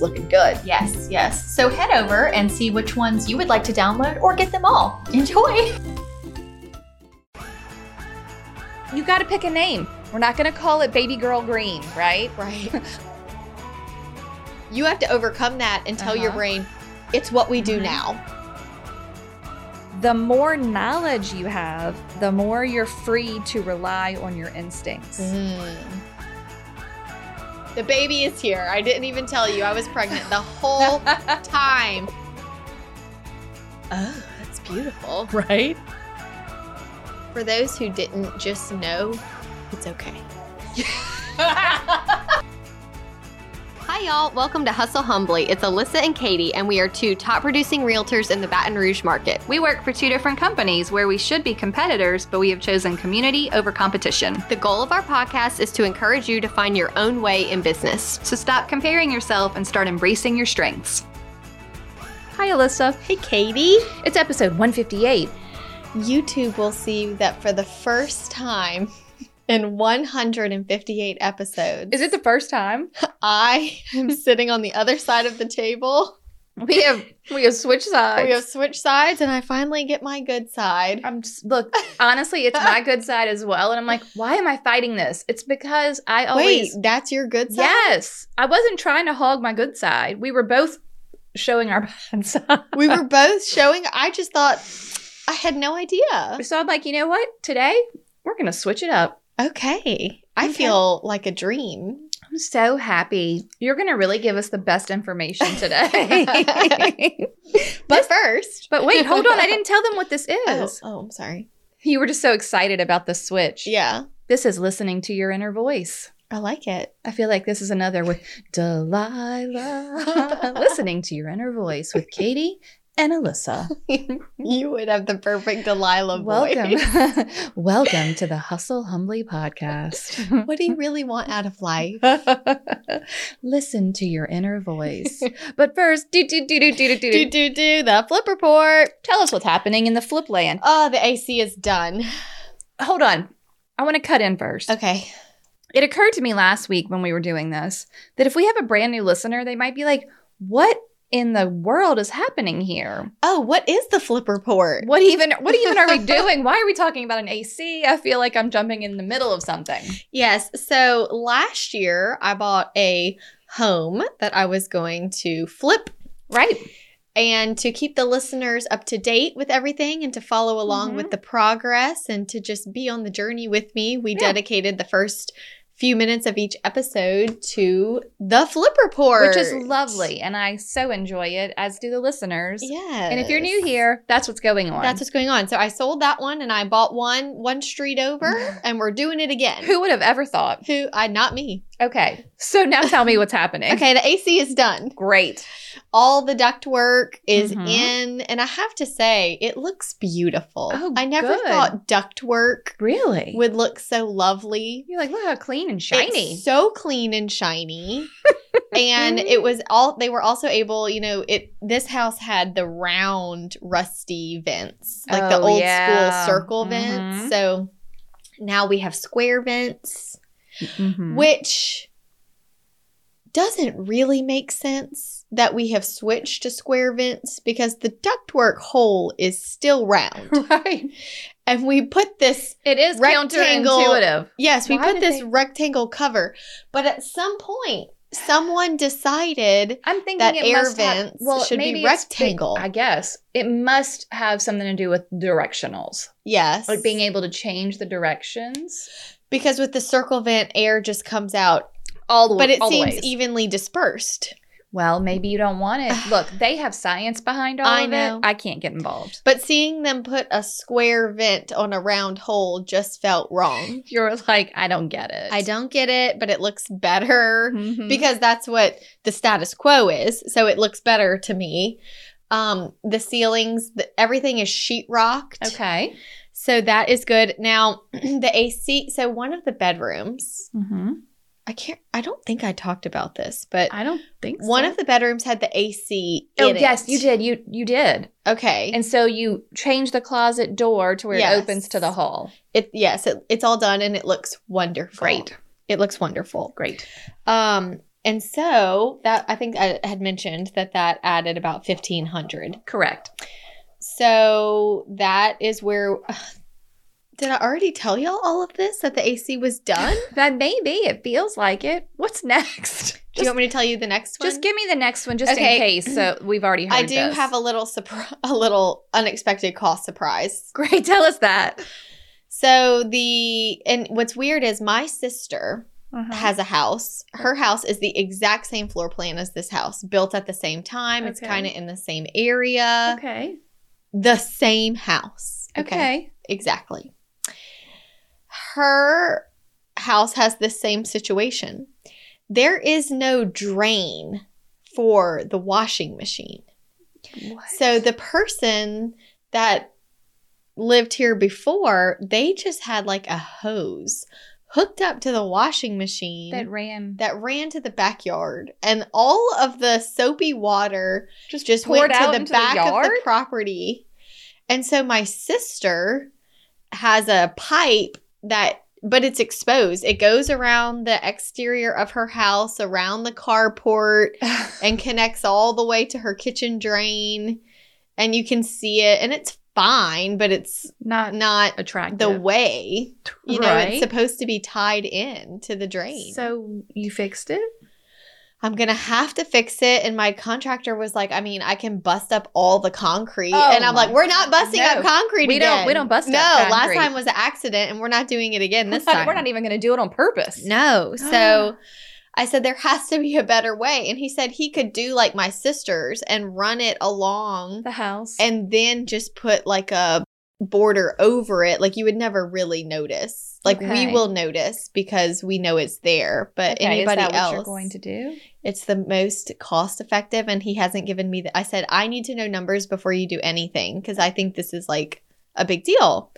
looking good. Yes, yes. So head over and see which ones you would like to download or get them all. Enjoy. You got to pick a name. We're not going to call it Baby Girl Green, right? Right. you have to overcome that and tell your Uh-huh. brain, it's what we do Mhm. now. The more knowledge you have, the more you're free to rely on your instincts. Mm. The baby is here. I didn't even tell you I was pregnant the whole time. Oh, that's beautiful. right? For those who didn't just know, it's okay. Hi, y'all. Welcome to Hustle Humbly. It's Alyssa and Katie, and we are two top producing realtors in the Baton Rouge market. We work for two different companies where we should be competitors, but we have chosen community over competition. The goal of our podcast is to encourage you to find your own way in business. So stop comparing yourself and start embracing your strengths. Hi, Alyssa. Hey, Katie. It's episode 158. YouTube will see that for the first time in 158 episodes, Is it the first time? I am sitting on the other side of the table. We have we have switched sides. We have switched sides, and I finally get my good side. I'm just look, honestly, it's my good side as well. And I'm like, why am I fighting this? It's because I always Wait, that's your good side? Yes. I wasn't trying to hog my good side. We were both showing our bad side. We were both showing. I just thought I had no idea. So I'm like, you know what? Today we're gonna switch it up. Okay. I Okay. feel like a dream. I'm so happy. You're gonna really give us the best information today. But first. but wait, hold on. I didn't tell them what this Oh, is. oh, I'm sorry. You were just so excited about the switch. Yeah. This is listening to your inner voice. I like it. I feel like this is another with Delilah. listening to your inner voice with Katie and Alyssa. You would have the perfect Delilah voice. Welcome. Welcome to the Hustle Humbly podcast. What do you really want out of life? Listen to your inner voice. But first, do do do do do do do do. do do the flip report. Tell us what's happening in the flip land. Oh, the AC is done. Hold on. I want to cut in first. Okay. It occurred to me last week when we were doing this that if we have a brand new listener, they might be like, "What in the world is happening here? Oh, what is the flip report? What even what even are we doing? Why are we talking about an AC? I feel like I'm jumping in the middle of something." Yes. So last year I bought a home that I was going to flip. Right? And to keep the listeners up to date with everything and to follow along Mhm. with the progress and to just be on the journey with me, we Yeah. dedicated the first few minutes of each episode to the flip report. Which is lovely and I so enjoy it as do the listeners. Yes. And if you're new here, that's what's going on. That's what's going on. So I sold that one and I bought one one street over and we're doing it again. who would have ever thought? Who I not me. Okay. So now tell me what's happening. Okay, the AC is done. Great. All the duct work is Mhm. in and I have to say it looks beautiful. Oh, I never good. thought duct work Really? would look so lovely. You're like, look how clean and It's so clean and shiny. and it was all they were also able, you know, it this house had the round rusty vents, like the Oh, old yeah. school circle Mhm. vents. So now we have square vents, Mhm. Mm-hmm. which doesn't really make sense that we have switched to square vents because the ductwork hole is still round. right. and we put this It is Rectangle- counterintuitive. Yes, we Why put did this they- rectangle cover, but at some point, someone decided I'm thinking That it air must have- vents should be maybe it's big- rectangle. I guess it must have something to do with directionals, yes, like being able to change the directions. because with the circle vent, air just comes out, All the but it all the seems ways. evenly dispersed. Well, maybe you don't want it. Look, they have science behind all I of know. it. I can't get involved. But seeing them put a square vent on a round hole just felt wrong. You're like, I don't get it. I don't get it, but it looks better Mhm. because that's what the status quo is. So it looks better to me. Um, the ceilings, the, everything is sheetrocked. okay. So that is good. Now, the AC, so one of the bedrooms, Mm-hmm. I can't, I don't think I talked about this, but I don't think one so. of the bedrooms had the AC Oh in it. yes, you did. You you did. Okay. And so you change the closet door to where Yes. it opens to the hall. it, yes, it, it's all done and it looks wonderful. It looks wonderful. Great. Um, and so that I think I had mentioned that that added about fifteen hundred. Correct. So that is where. Did I already tell y'all all of this that the AC was done? That maybe it feels like it. What's next? do you Just, want me to tell you the next one? just give me the next one, just Okay. in case. So we've already heard. I do this. have a little surpri- a little unexpected cost surprise. great. Tell us that. So the and what's weird is my sister Uh-huh. has a house. Her house is the exact same floor plan as this house, built at the same time. It's Okay. kind of in the same area. okay. the same house. Okay. Exactly. Her house has the same situation. There is no drain for the washing machine. What? So the person that lived here before, they just had like a hose hooked up to the washing machine that ran that ran to the backyard and all of the soapy water just just poured went to out the into back the yard. of the property. And so my sister has a pipe that but it's exposed. It goes around the exterior of her house, around the carport and connects all the way to her kitchen drain and you can see it and it's fine, but it's Not not attractive. the way. You know, Right. it's supposed to be tied in to the drain. So you fixed it. I'm gonna have to fix it. And my contractor was like, I mean, I can bust up all the concrete. Oh and I'm like, my- we're not busting up No. concrete We again. don't- we don't bust up no, last concrete. time was an accident and we're not doing it again this We're time. not- We're not even going to do it on purpose. No. So I said there has to be a better way. And he said he could do like my sister's and run it along The house. and then just put like a border over it. Like you would never really notice. Like Okay. we will notice because we know it's there. But Okay, anybody is that else what you're going to do? it's the most cost effective and he hasn't given me the i said i need to know numbers before you do anything because i think this is like a big deal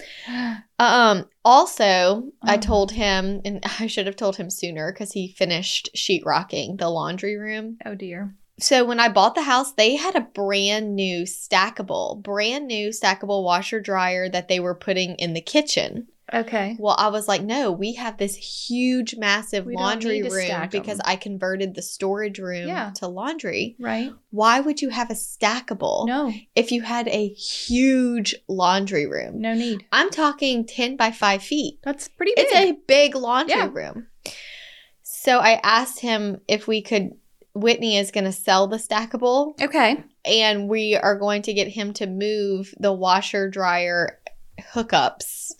um also i Oh. told him and i should have told him sooner because he finished sheetrocking the laundry room Oh dear. so when i bought the house they had a brand new stackable brand new stackable washer dryer that they were putting in the kitchen Okay. well, I was like, no, we have this huge, massive We don't laundry need to room stack 'em. because I converted the storage room Yeah. to laundry. Right. Why would you have a stackable No. if you had a huge laundry room? No need. I'm talking 10 by 5 feet. That's pretty big. It's a big laundry Yeah. room. So I asked him if we could. Whitney is going to sell the stackable okay. and we are going to get him to move the washer dryer hookups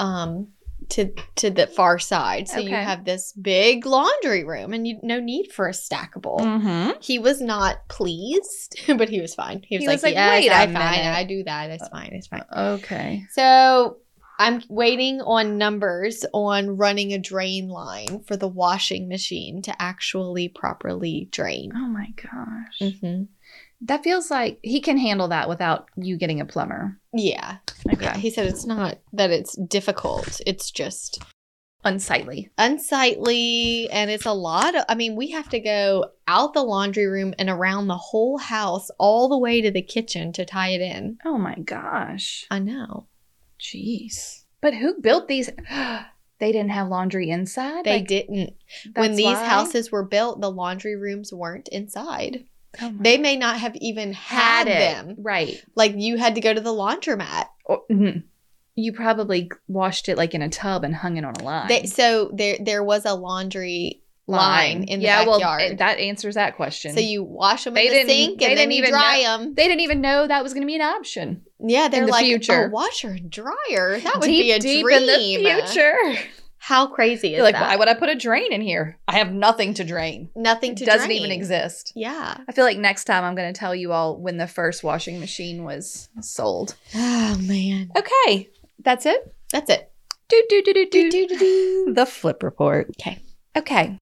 um to to the far side so you Okay. have this big laundry room and you no need for a stackable Mm-hmm. he was not pleased but he was fine he was He like, was like, yes "Wait a i fine minute." i do that it's fine it's fine Okay. so i'm waiting on numbers on running a drain line for the washing machine to actually properly drain Oh my gosh. Mhm. That feels like he can handle that without you getting a plumber. yeah Yeah, he said it's not that it's difficult. It's just Unsightly. unsightly and it's a lot of I mean, we have to go out the laundry room and around the whole house all the way to the kitchen to tie it in. Oh my gosh. I know. Jeez. But who built these? they didn't have laundry inside. They Like, didn't. that's When these why? houses were built, the laundry rooms weren't inside. Oh my- They may not have even had, them. right? Like you had to go to the laundromat. Or- mhm. You probably washed it like in a tub and hung it on a line. They, so there there was a laundry line, in the yeah, backyard. well, that answers that question. so you wash them They in didn't- the sink they and then didn't you even dry them. they didn't even know that was going to be an option. Yeah, they're the like "Oh, future. a washer and dryer. That would deep, be a deep dream. in the future. How crazy is You're like, that? why would I put a drain in here? I have nothing to drain. Nothing It to doesn't drain. even exist. Yeah. I feel like next time I'm going to tell you all when the first washing machine was sold. Oh man, Okay, that's it. that's it. Do do do do Do do do do. The flip report. Okay. Okay.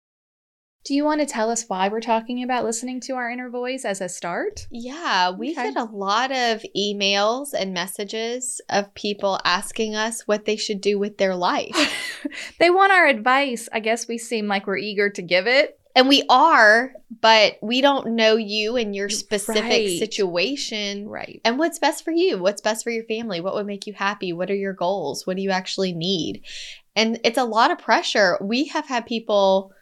Do you want to tell us why we're talking about listening to our inner voice as a start? Yeah, we Okay. get a lot of emails and messages of people asking us what they should do with their life. They want our advice. I guess we seem like we're eager to give it. and we are, but we don't know you and your specific Right. situation. Right. And what's best for you? What's best for your family? What would make you happy? What are your goals? What do you actually need? And it's a lot of pressure. We have had people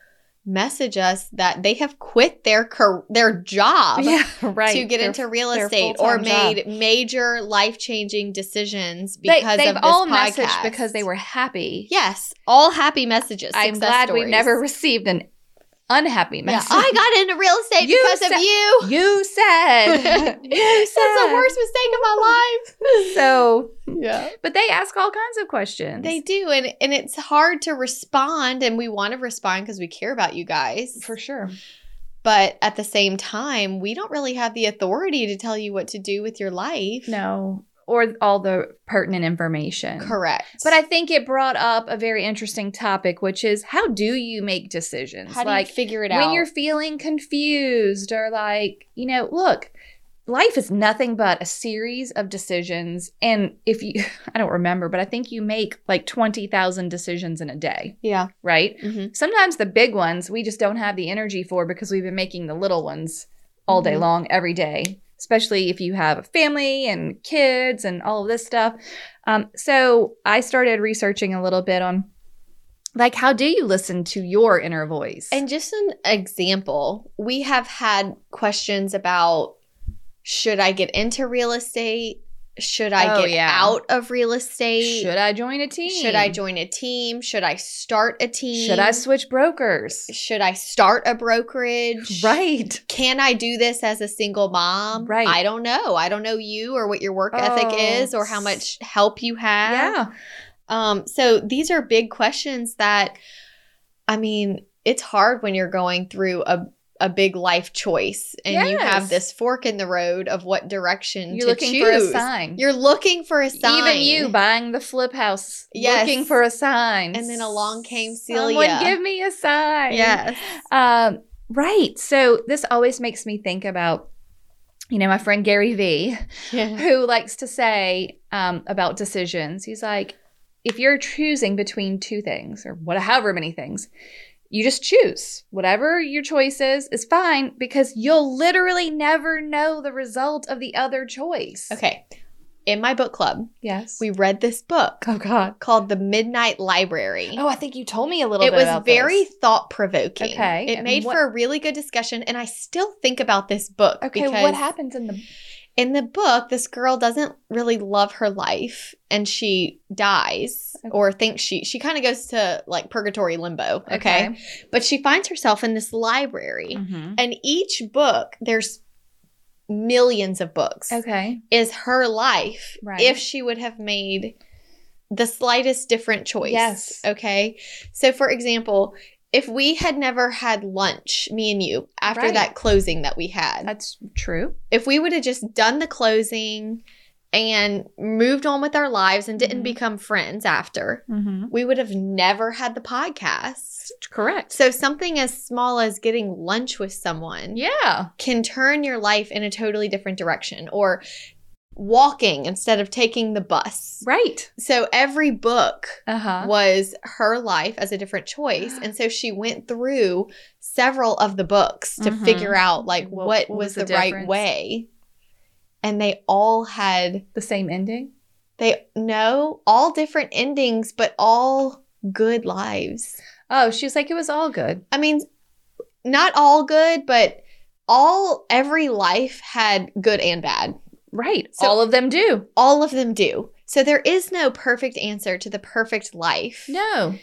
message us that they have quit their car- their job right. to get They're- into real their estate or full-time made major life changing decisions They- because they've of this all podcast. messaged because they were happy. yes, all happy messages. I'm success glad we stories. never received an unhappy Yeah, message. I got into real estate You because sa- of you. you said. you said. That's the worst mistake of my So, life. Yeah. but they ask all kinds of questions. They do, and and it's hard to respond, and we want to respond because we care about you guys. for sure. But at the same time, we don't really have the authority to tell you what to do with your life. No, or all the pertinent information. correct. But I think it brought up a very interesting topic, which is how do you make decisions? how do like you figure it when out you're feeling confused or like, you know, look, life is nothing but a series of decisions. And if you, I don't remember, but I think you make like 20,000 decisions in a day, Yeah. right? Mm-hmm. Sometimes the big ones we just don't have the energy for because we've been making the little ones all day Mhm. long every day, especially if you have a family and kids and all of this stuff. Um, so I started researching a little bit on like how do you listen to your inner voice? And just an example, we have had questions about should I get into real estate? Should I Oh, get yeah. out of real estate? should I join a team? Should I join a team? Should I start a team? Should I switch brokers? should I start a brokerage? Right. Can I do this as a single mom? Right. I don't know. I don't know you or what your work ethic Oh, is or how s- much help you have. Yeah. Um, so these are big questions that, I mean, it's hard when you're going through a a big life choice and you have Yes. this fork in the road of what direction You're to looking choose. for a sign. You're looking for a sign. Even you buying the flip house, Yes. looking for a sign. And then along came Celia. Someone give me a sign. Yes. Um, right. So this always makes me think about, you know, my friend Gary Vee, Yeah. who likes to say um, about decisions. He's like, if you're choosing between two things or what, however many things, you just choose whatever your choice is is fine because you'll literally never know the result of the other choice. Okay. In my book club, Yes. we read this book oh God. called The Midnight Library. Oh, I think you told me a little it bit. was about very this. thought provoking. Okay, It and made what- for a really good discussion. And I still think about this book. okay. What because happens in the in the book, this girl doesn't really love her life and she dies Okay. or thinks she she kind of goes to like purgatory limbo, okay? Mm-hmm. But she finds herself in this library. Mhm. And each book, there's millions of books. Okay. Is her life Right. if she would have made the slightest different choice. Yes. Okay. So for example, if we had never had lunch, me and you, after Right. that closing that we had That's true. if we would have just done the closing and moved on with our lives and didn't Mhm. become friends after, Mm-hmm. we would have never had the podcast. Correct. So, something as small as getting lunch with someone Yeah. can turn your life in a totally different direction or walking instead of taking the bus. Right. So, every book Uh huh. was her life as a different choice. And so she went through several of the books to Mhm. figure out like What- what, what was, was the, the right difference? way. And they all had The same ending. they no, all different endings, but all good lives. Oh, she was like, it was all good. I mean, not all good, but all every life had good and bad. Right. So- all of them do. All of them do. So there is no perfect answer to the perfect life. No.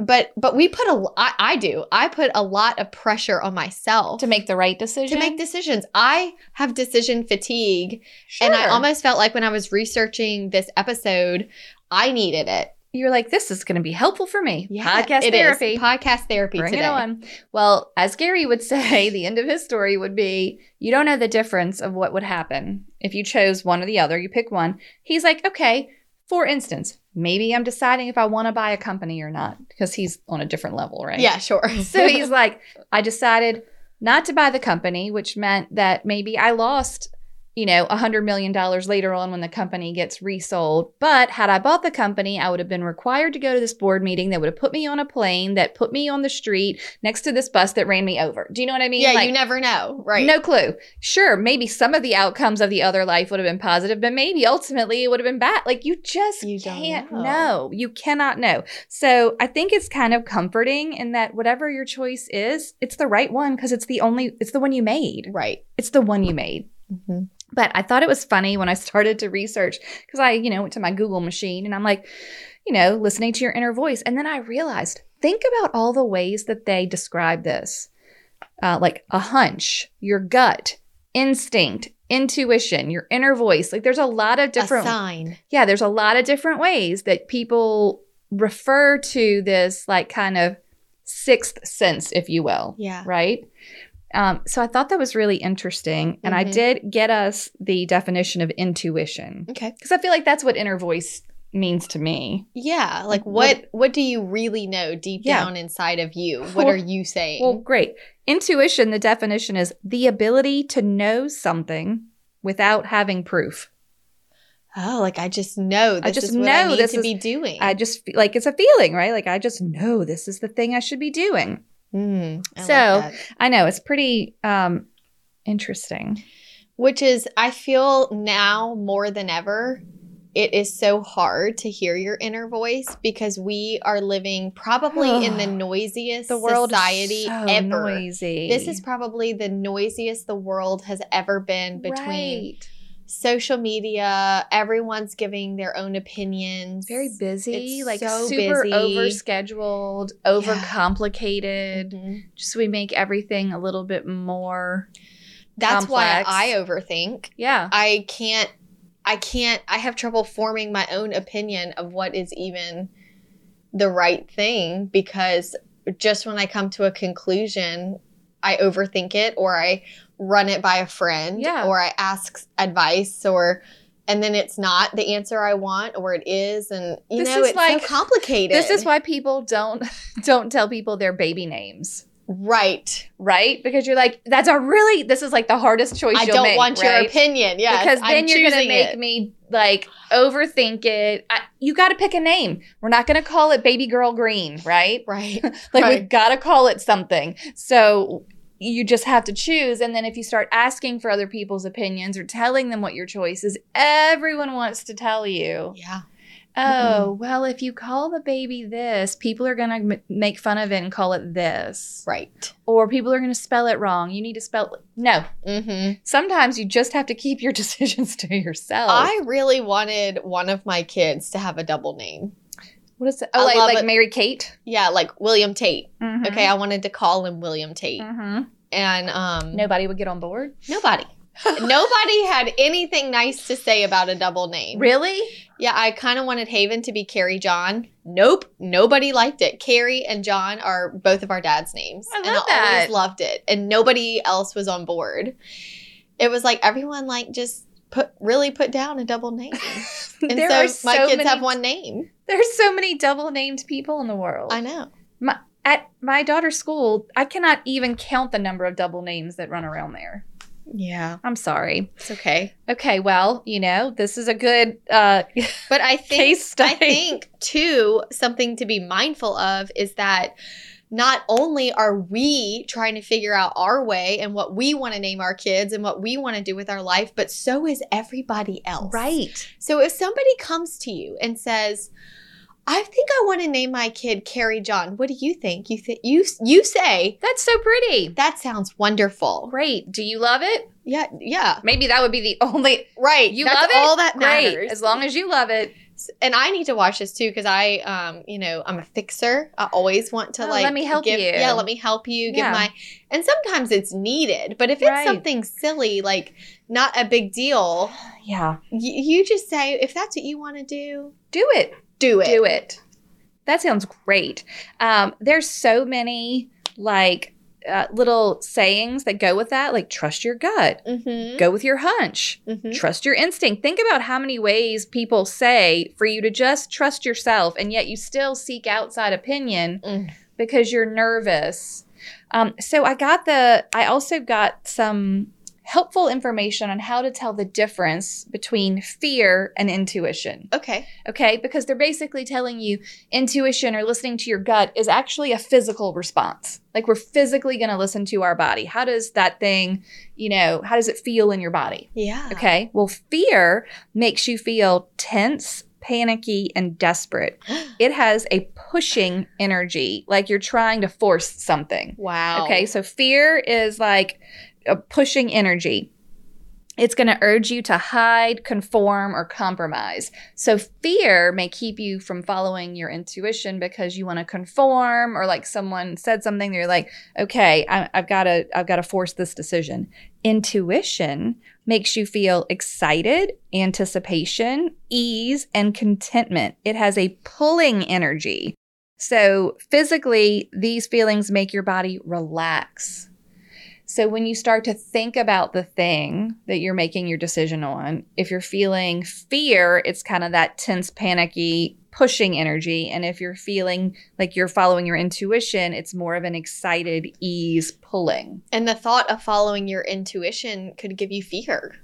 but but we put a I, I do i put a lot of pressure on myself To make the right decision. to make decisions i have decision fatigue Sure. and i almost felt like when i was researching this episode i needed it you're like, this is going to be helpful for me. Podcast it is. therapy. Podcast therapy Bring today. it on. Well, as Gary would say, the end of his story would be you don't know the difference of what would happen if you chose one or the other. You pick one. He's like, okay, for instance, maybe I'm deciding if I want to buy a company or not because he's on a different level, right? Yeah, sure. So he's like, I decided not to buy the company, which meant that maybe I lost, you know, a $100 million later on when the company gets resold. But had I bought the company, I would have been required to go to this board meeting that would have put me on a plane, that put me on the street next to this bus that ran me over. Do you know what I mean? yeah, Like, you never know, right? No clue. Sure, maybe some of the outcomes of the other life would have been positive, but maybe ultimately it would have been bad. Like you just You don't can't know. know. You cannot know. So I think it's kind of comforting in that whatever your choice is, it's the right one because it's the only, it's the one you made. right. It's the one you made. But I thought it was funny when I started to research because I, you know, went to my Google machine and I'm like, you know, listening to your inner voice. And then I realized, think about all the ways that they describe this uh, like a hunch, your gut, instinct, intuition, your inner voice. Like there's a lot of Different different, a sign. yeah, there's a lot of different ways that people refer to this, like kind of sixth sense, if you will Yeah. right? Um, so I thought that was really interesting. And I Mhm. did get us the definition of intuition Okay. because I feel like that's what inner voice means to me. Yeah. Like What- what what do you really know deep Yeah. down inside of you? What Well- are you saying? Well, great. Intuition, the definition is the ability to know something without having proof. oh, like I just know this I just is what I know need this to is- be doing. I just feel like it's a feeling, right? Like I just know this is the thing I should be doing. Mm, I like So- that. I know it's pretty um, interesting. which is I feel now more than ever it is so hard to hear your inner voice because we are living probably in the noisiest The world society is so ever. noisy. This is probably the noisiest the world has ever been between Right. social media, everyone's giving their own opinions. very busy, It's like so super busy. overscheduled, overcomplicated. Mhm. Just we make everything a little bit more. That's why complex. I overthink. Yeah. I can't I can't I have trouble forming my own opinion of what is even the right thing because just when I come to a conclusion, I overthink it or I run it by a friend Yeah. or I ask advice or and then it's not the answer I want or it is and you This know is it's like- so complicated. This is why people don't don't tell people their baby names, right. right? Because you're like, that's a really this is like the hardest choice. I you'll don't make, want right? your opinion. Yeah, because then you're gonna make it. me like overthink it. I, you got to pick a name. We're not gonna call it Baby Girl Green, right? right. Like Right. we've got to call it something. So you just have to choose. And then if you start asking for other people's opinions or telling them what your choice is, everyone wants to tell you, Yeah, oh, well, if you call the baby this, people are going to m- make fun of it and call it this. right. Or people are going to spell it wrong. You need to spell. No. hmm Sometimes you just have to keep your decisions to yourself. I really wanted one of my kids to have a double name. what is it? Oh, I like, love like it. Mm-hmm. Mary Kate. Yeah, like William Tate. Mhm. Okay, I wanted to call him William Tate, Mhm. and um, Nobody would get on board. nobody, nobody had anything nice to say about a double name. Really? Yeah, I kind of wanted Haven to be Carrie John. Nope, nobody liked it. Carrie and John are both of our dad's names. I and love I that. always loved it. And nobody else was on board. It was like everyone like just put really put down a double name. And so, my kids have one name. There's so many double named people in the world. I know. At my daughter's school, I cannot even count the number of double names that run around there. Yeah. I'm sorry. It's okay. Okay, well, you know, this is a good uh, But I think case I study. think too something to be mindful of is that not only are we trying to figure out our way and what we want to name our kids and what we want to do with our life, but so is everybody else. right. So if somebody comes to you and says, "I think I want to name my kid Carrie John," what do you think? You think you you say That's so pretty. that sounds wonderful. Great. Do you love it? Yeah, yeah, Maybe that would be the only. right. You That's love it? all that Great. matters. As long as you love it. and I need to watch this too because I, um, you know, I'm a fixer. I always want to Oh, like let me help give- you. Yeah, let me help you. Give Yeah. my and sometimes it's needed, but if it's Right. something silly like not a big deal, Yeah. you, you just say if that's what you want to do, Do it. do it. do it. That sounds great. Um, there's so many like uh, little sayings that go with that, like trust your gut, Mm-hmm. go with your hunch, Mm-hmm. trust your instinct. Think about how many ways people say for you to just trust yourself, and yet you still seek outside opinion Mm. because you're nervous. Um, so I got the. I also got some helpful information on how to tell the difference between fear and intuition Okay. okay? Because they're basically telling you intuition or listening to your gut is actually a physical response. Like we're physically going to listen to our body. How does that thing, you know, how does it feel in your body? Yeah. Okay. Well, fear makes you feel tense, panicky, and desperate. It has a pushing energy, like you're trying to force something. Wow. Okay, so fear is like a pushing energy. It's going to urge you to hide, conform, or compromise. So fear may keep you from following your intuition because you want to conform, or like someone said something, you're like, okay, I, I've got to, I've got to force this decision. Intuition makes you feel excited, anticipation, ease, and contentment. It has a pulling energy. So, physically, these feelings make your body relax. So, when you start to think about the thing that you're making your decision on, if you're feeling fear, it's kind of that tense, panicky, pushing energy. And if you're feeling like you're following your intuition, it's more of an excited ease pulling. And the thought of following your intuition could give you fear.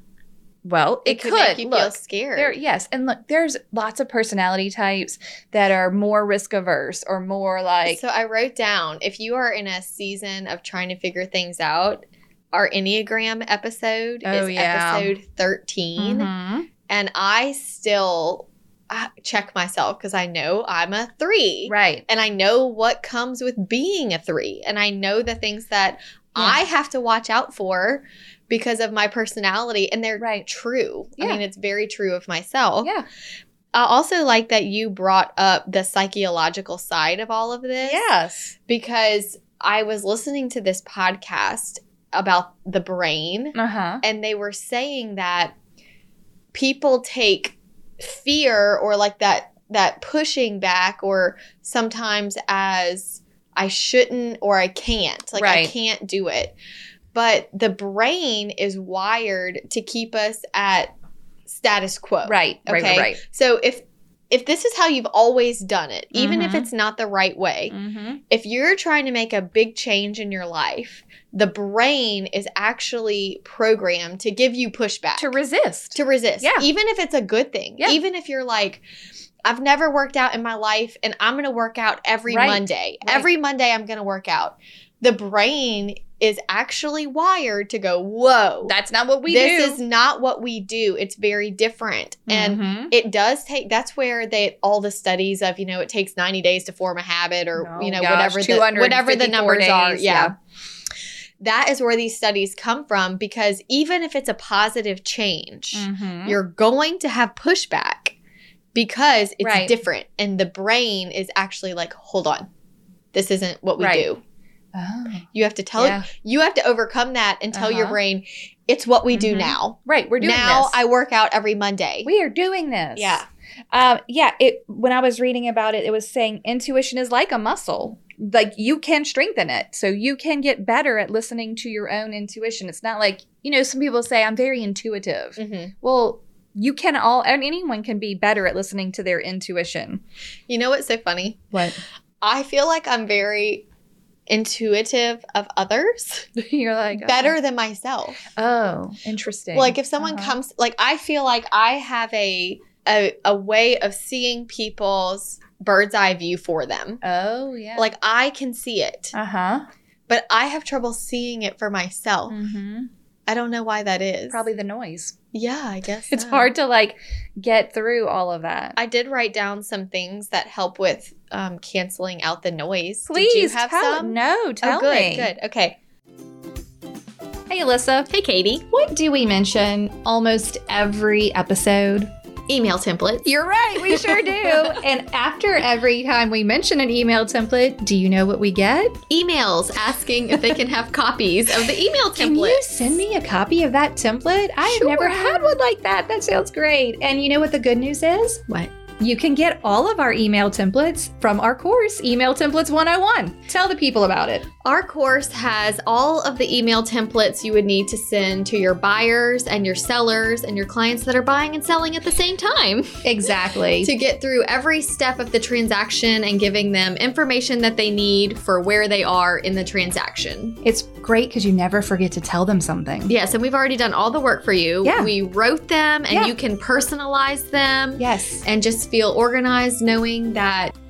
Well, it, could, make you feel look. scared. There, yes, and look, there's lots of personality types that are more risk averse or more like so I wrote down if you are in a season of trying to figure things out, our Enneagram episode Oh, is yeah. episode 13. Mhm. And I still uh, check myself because I know I'm a three. right. And I know what comes with being a three. And I know the things that Yeah. I have to watch out for because of my personality. And they're Right. true. I Yeah. mean, it's very true of myself. Yeah. I also like that you brought up the psychological side of all of this. Yes. Because I was listening to this podcast about the brain, Uh huh. and they were saying that people take fear or like that that pushing back or sometimes as I shouldn't or I can't. Like Right. I can't do it. But the brain is wired to keep us at status quo. Right. Right. Okay. Right. Right. So if if this is how you've always done it, even if Mhm. it's not the right way, Mm-hmm. if you're trying to make a big change in your life, the brain is actually programmed to give you pushback, To resist. to resist, Yeah. even if it's a good thing. Yeah. Even if you're like, I've never worked out in my life and I'm going to work out every Right. Monday. Right. Every Monday, I'm going to work out. The brain is actually wired to go, Whoa, That's not what we this do. is not what we do. It's very different. And Mhm. it does take that's where they all the studies of you know it takes 90 days to form a habit or Oh, you know gosh, whatever the whatever the 254 numbers are days, yeah. yeah. that is where these studies come from because even if it's a positive change Mhm. you're going to have pushback because it's Right. different and the brain is actually like hold on this isn't what we Right. do Oh. you have to tell Yeah. you have to overcome that and tell your Uh-huh. brain it's what we do Mhm. now Right. We're doing now this. i work out every monday we are doing this. yeah Um, yeah. It. When I was reading about it, it was saying intuition is like a muscle. Like you can strengthen it, so you can get better at listening to your own intuition. It's not like you know some people say I'm very intuitive. hmm Well, you can all and anyone can be better at listening to their intuition. You know what's so funny? What I feel like I'm very intuitive of others, you're like oh. better than myself. Oh, interesting. Like if someone Uh-huh. comes, like I feel like I have a, a a way of seeing people's bird's eye view for them. Oh, yeah. Like I can see it, uh huh. but I have trouble seeing it for myself. Mm-hmm. I don't know why that is. Probably the noise. Yeah, I guess It's so. hard to like get through all of that. Oh. I did write down some things that help with um, canceling out the noise. did you Please have tell. some? No, tell oh, good, me. good. Okay. Hey, Alyssa. Hey, Katie. What do we mention almost every episode? Email templates. You're right, we sure do. and after every time we mention an email template, do you know what we get? emails asking if they can have copies of the email template. Can you send me a copy of that template? I have never Sure. had one like that. That sounds great. And you know what the good news is? What? You can get all of our email templates from our course, Email Templates 101. Tell the people about it. Our course has all of the email templates you would need to send to your buyers and your sellers and your clients that are buying and selling at the same time Exactly. to get through every step of the transaction and giving them information that they need for where they are in the transaction. it's great because you never forget to tell them something. Yes, and we've already done all the work for you. Yeah. We wrote them and Yeah. you can personalize them Yes. and just feel organized knowing that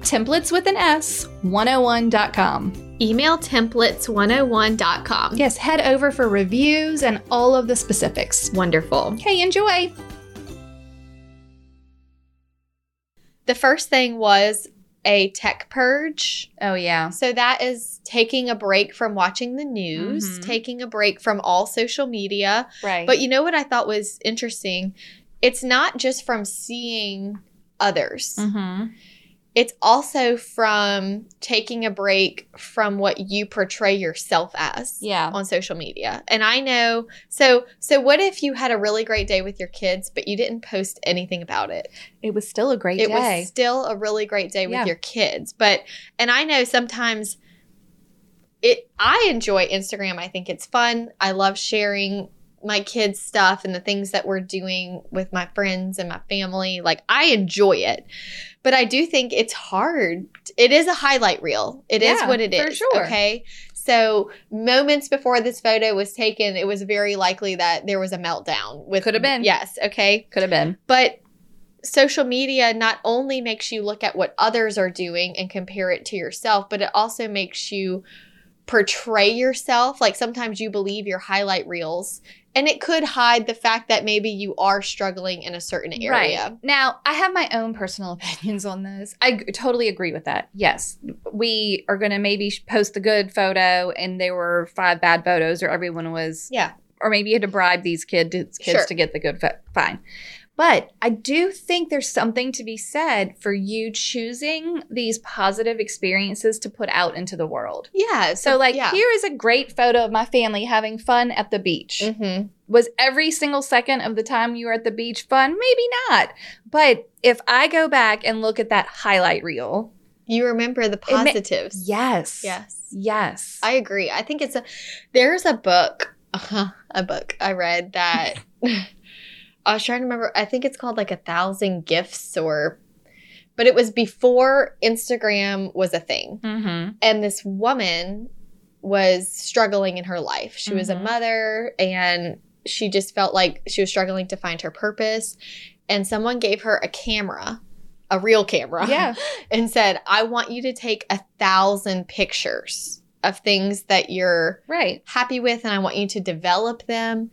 templates with an S 101.com. Emailtemplates101.com. Yes, head over for reviews and all of the specifics. Wonderful. Okay, enjoy. The first thing was a tech purge. Oh, yeah. So that is taking a break from watching the news, Mhm. taking a break from all social media. Right. But you know what I thought was interesting? It's not just from seeing others. Mm-hmm. Mhm. It's also from taking a break from what you portray yourself as. Yeah. on social media. And I know. So so what if you had a really great day with your kids but you didn't post anything about it? It was still a great It day. was still a really great day with Yeah. your kids. But and I know sometimes it I enjoy Instagram. I think it's fun. I love sharing my kids stuff and the things that we're doing with my friends and my family. Like I enjoy it. But I do think it's hard. It is a highlight reel. It is Yeah, what it for is. sure. Okay. So moments before this photo was taken, it was very likely that there was a meltdown with Could have been. Yes. Okay. Could have been. But social media not only makes you look at what others are doing and compare it to yourself, but it also makes you portray yourself. Like sometimes you believe your highlight reels, and it could hide the fact that maybe you are struggling in a certain area. Now, I have my own personal opinions on this. I g- totally agree with that. Yes, we are going to maybe sh- post the good photo, and there were five bad photos, or everyone was, Yeah. or maybe you had to bribe these kid, kids Sure. to get the good photo. Fine. But I do think there's something to be said for you choosing these positive experiences to put out into the world. Yeah. So, like, yeah. here is a great photo of my family having fun at the beach. Mhm. Was every single second of the time you were at the beach fun? Maybe not. But if I go back and look at that highlight reel, you remember the It ma- positives. yes. Yes. Yes. I agree. I think it's a there's a book, uh-huh, a book I read that I was trying to remember. I think it's called like a thousand gifts or, but it was before Instagram was a thing, mm-hmm. and this woman was struggling in her life. She was a Mhm. mother, and she just felt like she was struggling to find her purpose. And someone gave her a camera, a real camera, Yeah. and said, I want you to take a thousand pictures of things that you're Right. happy with and I want you to develop them.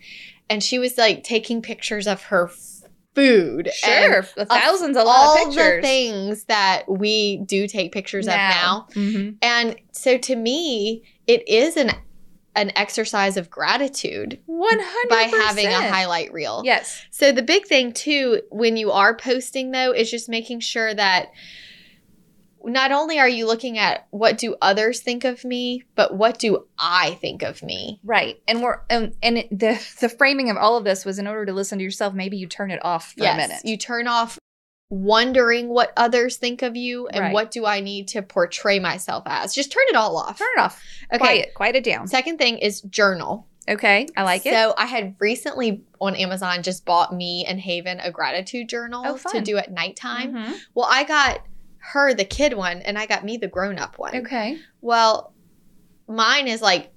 And she was like taking pictures of her f- food. Sure. and A thousand's a lot all of the pictures. things that we do take pictures Now. of now. Mhm. And so to me, it is an an exercise of gratitude 100%. by having a highlight reel. Yes. So the big thing too when you are posting though is just making sure that not only are you looking at what do others think of me, but what do I think of me? Right. And we're um, and it, the the framing of all of this was in order to listen to yourself, maybe you turn it off for a minute. You turn off wondering what others think of you and Right. what do I need to portray myself as. Just turn it all off. turn it off. Okay. Quiet. Quiet it down. Second thing is journal. Okay. I like it. So I had recently on Amazon just bought me and Haven a gratitude journal Oh, to fun. do at nighttime. Mhm. Well, I got her the kid one and I got me the grown up one. Okay. Well, mine is like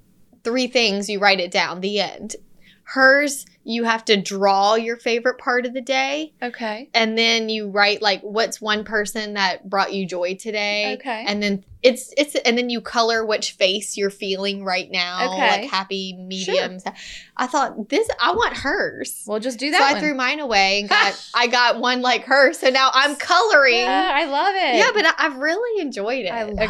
three things you write it down, the end. Hers, you have to draw your favorite part of the day. Okay. And then you write like what's one person that brought you joy today. Okay. And then it's it's and then you color which face you're feeling right now. Okay. Like happy, medium. sad. I thought this I want hers. we'll just do so that I one. threw mine away and got I got one like her. So now I'm coloring. Yeah, I love it. Yeah, but I- I've really enjoyed it. I love it.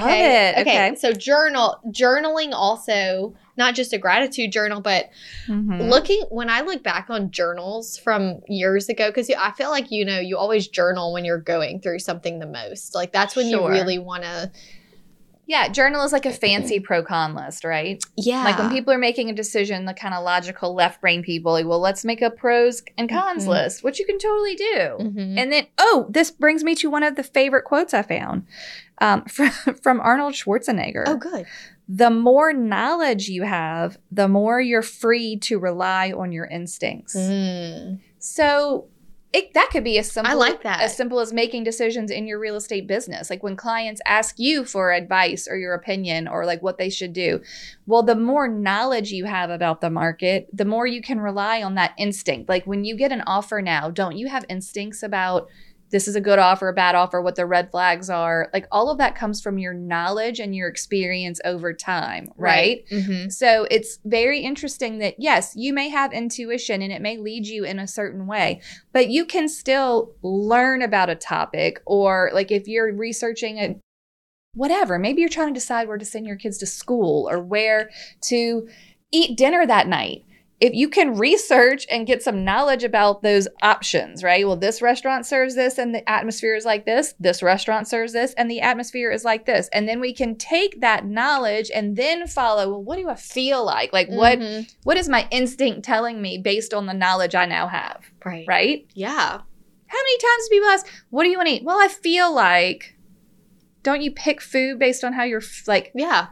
Okay. So journal journaling also not just a gratitude journal, but Mhm. looking when I look back on journals from years ago, because I feel like you know you always journal when you're going through something the most. Like that's when Sure. you really want to. Yeah, journal is like a fancy pro con list, right? Yeah. Like when people are making a decision, the kind of logical left brain people, like, well, let's make a pros and cons Mhm. list, which you can totally do. Mhm. And then, oh, this brings me to one of the favorite quotes I found um, from, from Arnold Schwarzenegger. Oh, good. The more knowledge you have, the more you're free to rely on your instincts. Mm. So it, that could be as simple. I like that. As simple as making decisions in your real estate business. Like when clients ask you for advice or your opinion or like what they should do. Well, the more knowledge you have about the market, the more you can rely on that instinct. Like when you get an offer now, don't you have instincts about this is a good offer, a bad offer, what the red flags are? Like all of that comes from your knowledge and your experience over time, right? Mhm. So it's very interesting that, yes, you may have intuition and it may lead you in a certain way, but you can still learn about a topic or, like, if you're researching a whatever, maybe you're trying to decide where to send your kids to school or where to eat dinner that night. If you can research and get some knowledge about those options, right? Well, this restaurant serves this and the atmosphere is like this. This restaurant serves this and the atmosphere is like this. And then we can take that knowledge and then follow, well, what do I feel like? Like what Mhm. what is my instinct telling me based on the knowledge I now have, Right. right? Yeah. How many times do people ask, what do you want to eat? Well, I feel like don't you pick food based on how you're f- like Yeah.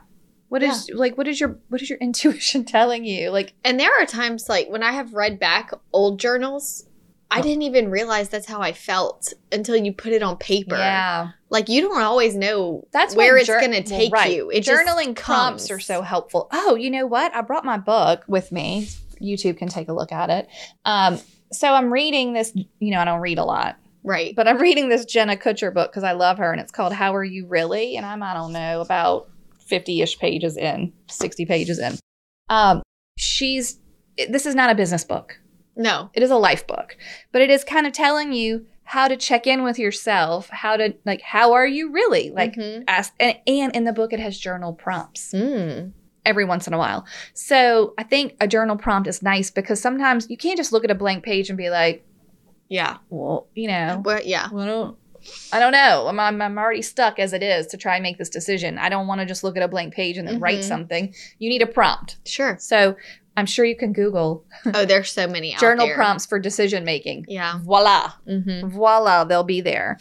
what is like what is your what is your intuition telling you? Like And there are times like when I have read back old journals, I Oh. didn't even realize that's how I felt until you put it on paper. Like you don't always know That's where why it's jour- going to well, take right. you. It just Journaling prompts comes. are so helpful. Oh, you know what? I brought my book with me. YouTube can take a look at it. Um, so I'm reading this, you know, I don't read a lot, right. but I'm reading this Jenna Kutcher book because I love her and it's called How Are You Really? And I'm, I don't know, about 50 ish pages in, 60 pages in. Um, she's, this is not a business book. No. it is a life book but it is kind of telling you how to check in with yourself how to like how are you really like Mhm. ask and, and in the book it has journal prompts Mm. every once in a while so i think a journal prompt is nice because sometimes you can't just look at a blank page and be like yeah. well you know But yeah. well, I don't, I don't know. I'm, I'm, I'm already stuck as it is to try and make this decision. I don't want to just look at a blank page and then write Mhm. something. You need a prompt. Sure. So I'm sure you can Google Oh, there's so many out journal there. prompts for decision making. Yeah. Voila. hmm voila, they'll be there.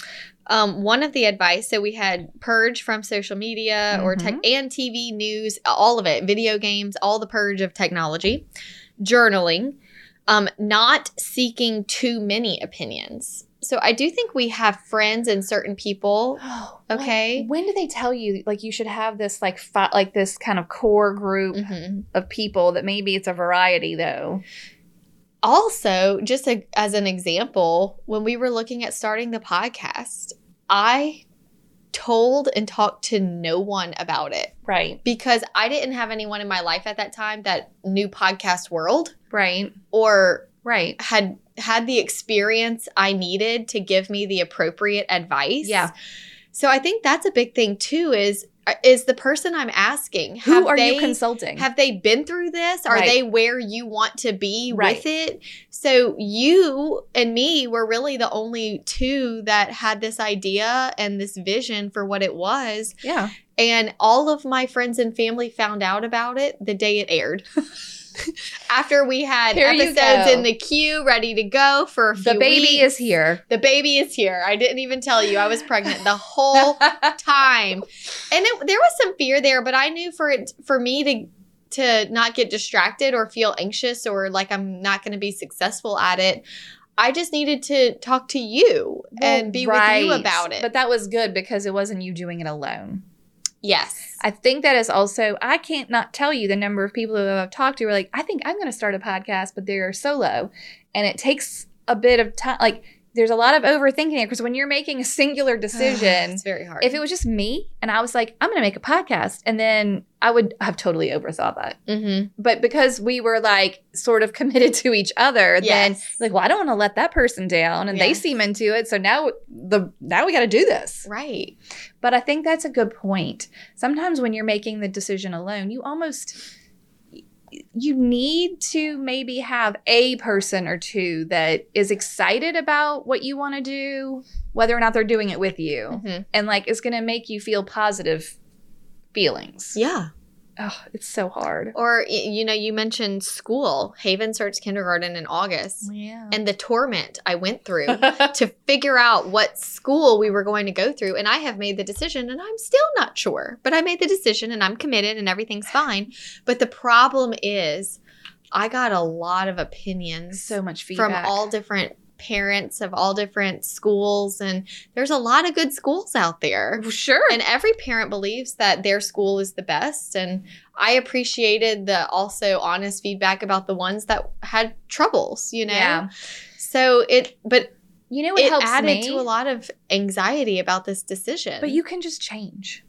Um, one of the advice, so we had purge from social media or tech and TV news, all of it, video games, all the purge of technology, journaling, um, not seeking too many opinions. So I do think we have friends and certain people. Oh, Okay. When do they tell you like you should have this like fi- like this kind of core group Mhm. of people that maybe it's a variety though? Also, just a, as an example, when we were looking at starting the podcast, I told and talked to no one about it. Right. because I didn't have anyone in my life at that time that knew podcast world Right. or Right. had had the experience I needed to give me the appropriate advice. Yeah. So I think that's a big thing too is is the person I'm asking Who have are they you consulting? have they been through this? Are Right. they where you want to be Right. with it? So you and me were really the only two that had this idea and this vision for what it was. yeah. And all of my friends and family found out about it the day it aired. After we had Here you episodes go. in the queue ready to go for a few The baby weeks. is here. the baby is here. I didn't even tell you I was pregnant the whole time. And it, there was some fear there, but I knew for it for me to to not get distracted or feel anxious or like I'm not going to be successful at it. I just needed to talk to you and be with you Right. about it. But that was good because it wasn't you doing it alone. Yes. I think that is also, I can't not tell you the number of people who I've talked to who are like, I think I'm going to start a podcast, but they're solo. And it takes a bit of time. Like, there's a lot of overthinking because when you're making a singular decision, it's very hard. if it was just me and I was like, I'm going to make a podcast, and then I would have totally overthought that. mm-hmm. But because we were like sort of committed to each other, then like, well, I don't want to let that person down, and they Yes. seem into it. So now the now we got to do this. right. But I think that's a good point. Sometimes when you're making the decision alone, you almost you need to maybe have a person or two that is excited about what you want to do, whether or not they're doing it with you, Mhm. and like it's going to make you feel positive feelings. Yeah. Oh, it's so hard. Or y- you know, you mentioned school. Haven starts kindergarten in August, Yeah. and the torment I went through to figure out what school we were going to go through. And I have made the decision and I'm still not sure, but I made the decision and I'm committed and everything's fine. But the problem is, I got a lot of opinions so much from feedback all different parents of all different schools. And there's a lot of good schools out there. Well, Sure. And every parent believes that their school is the best. And I appreciated the also honest feedback about the ones that had troubles, you know? Yeah. So it, but You know what it helps added me? to a lot of anxiety about this decision. But you can just change.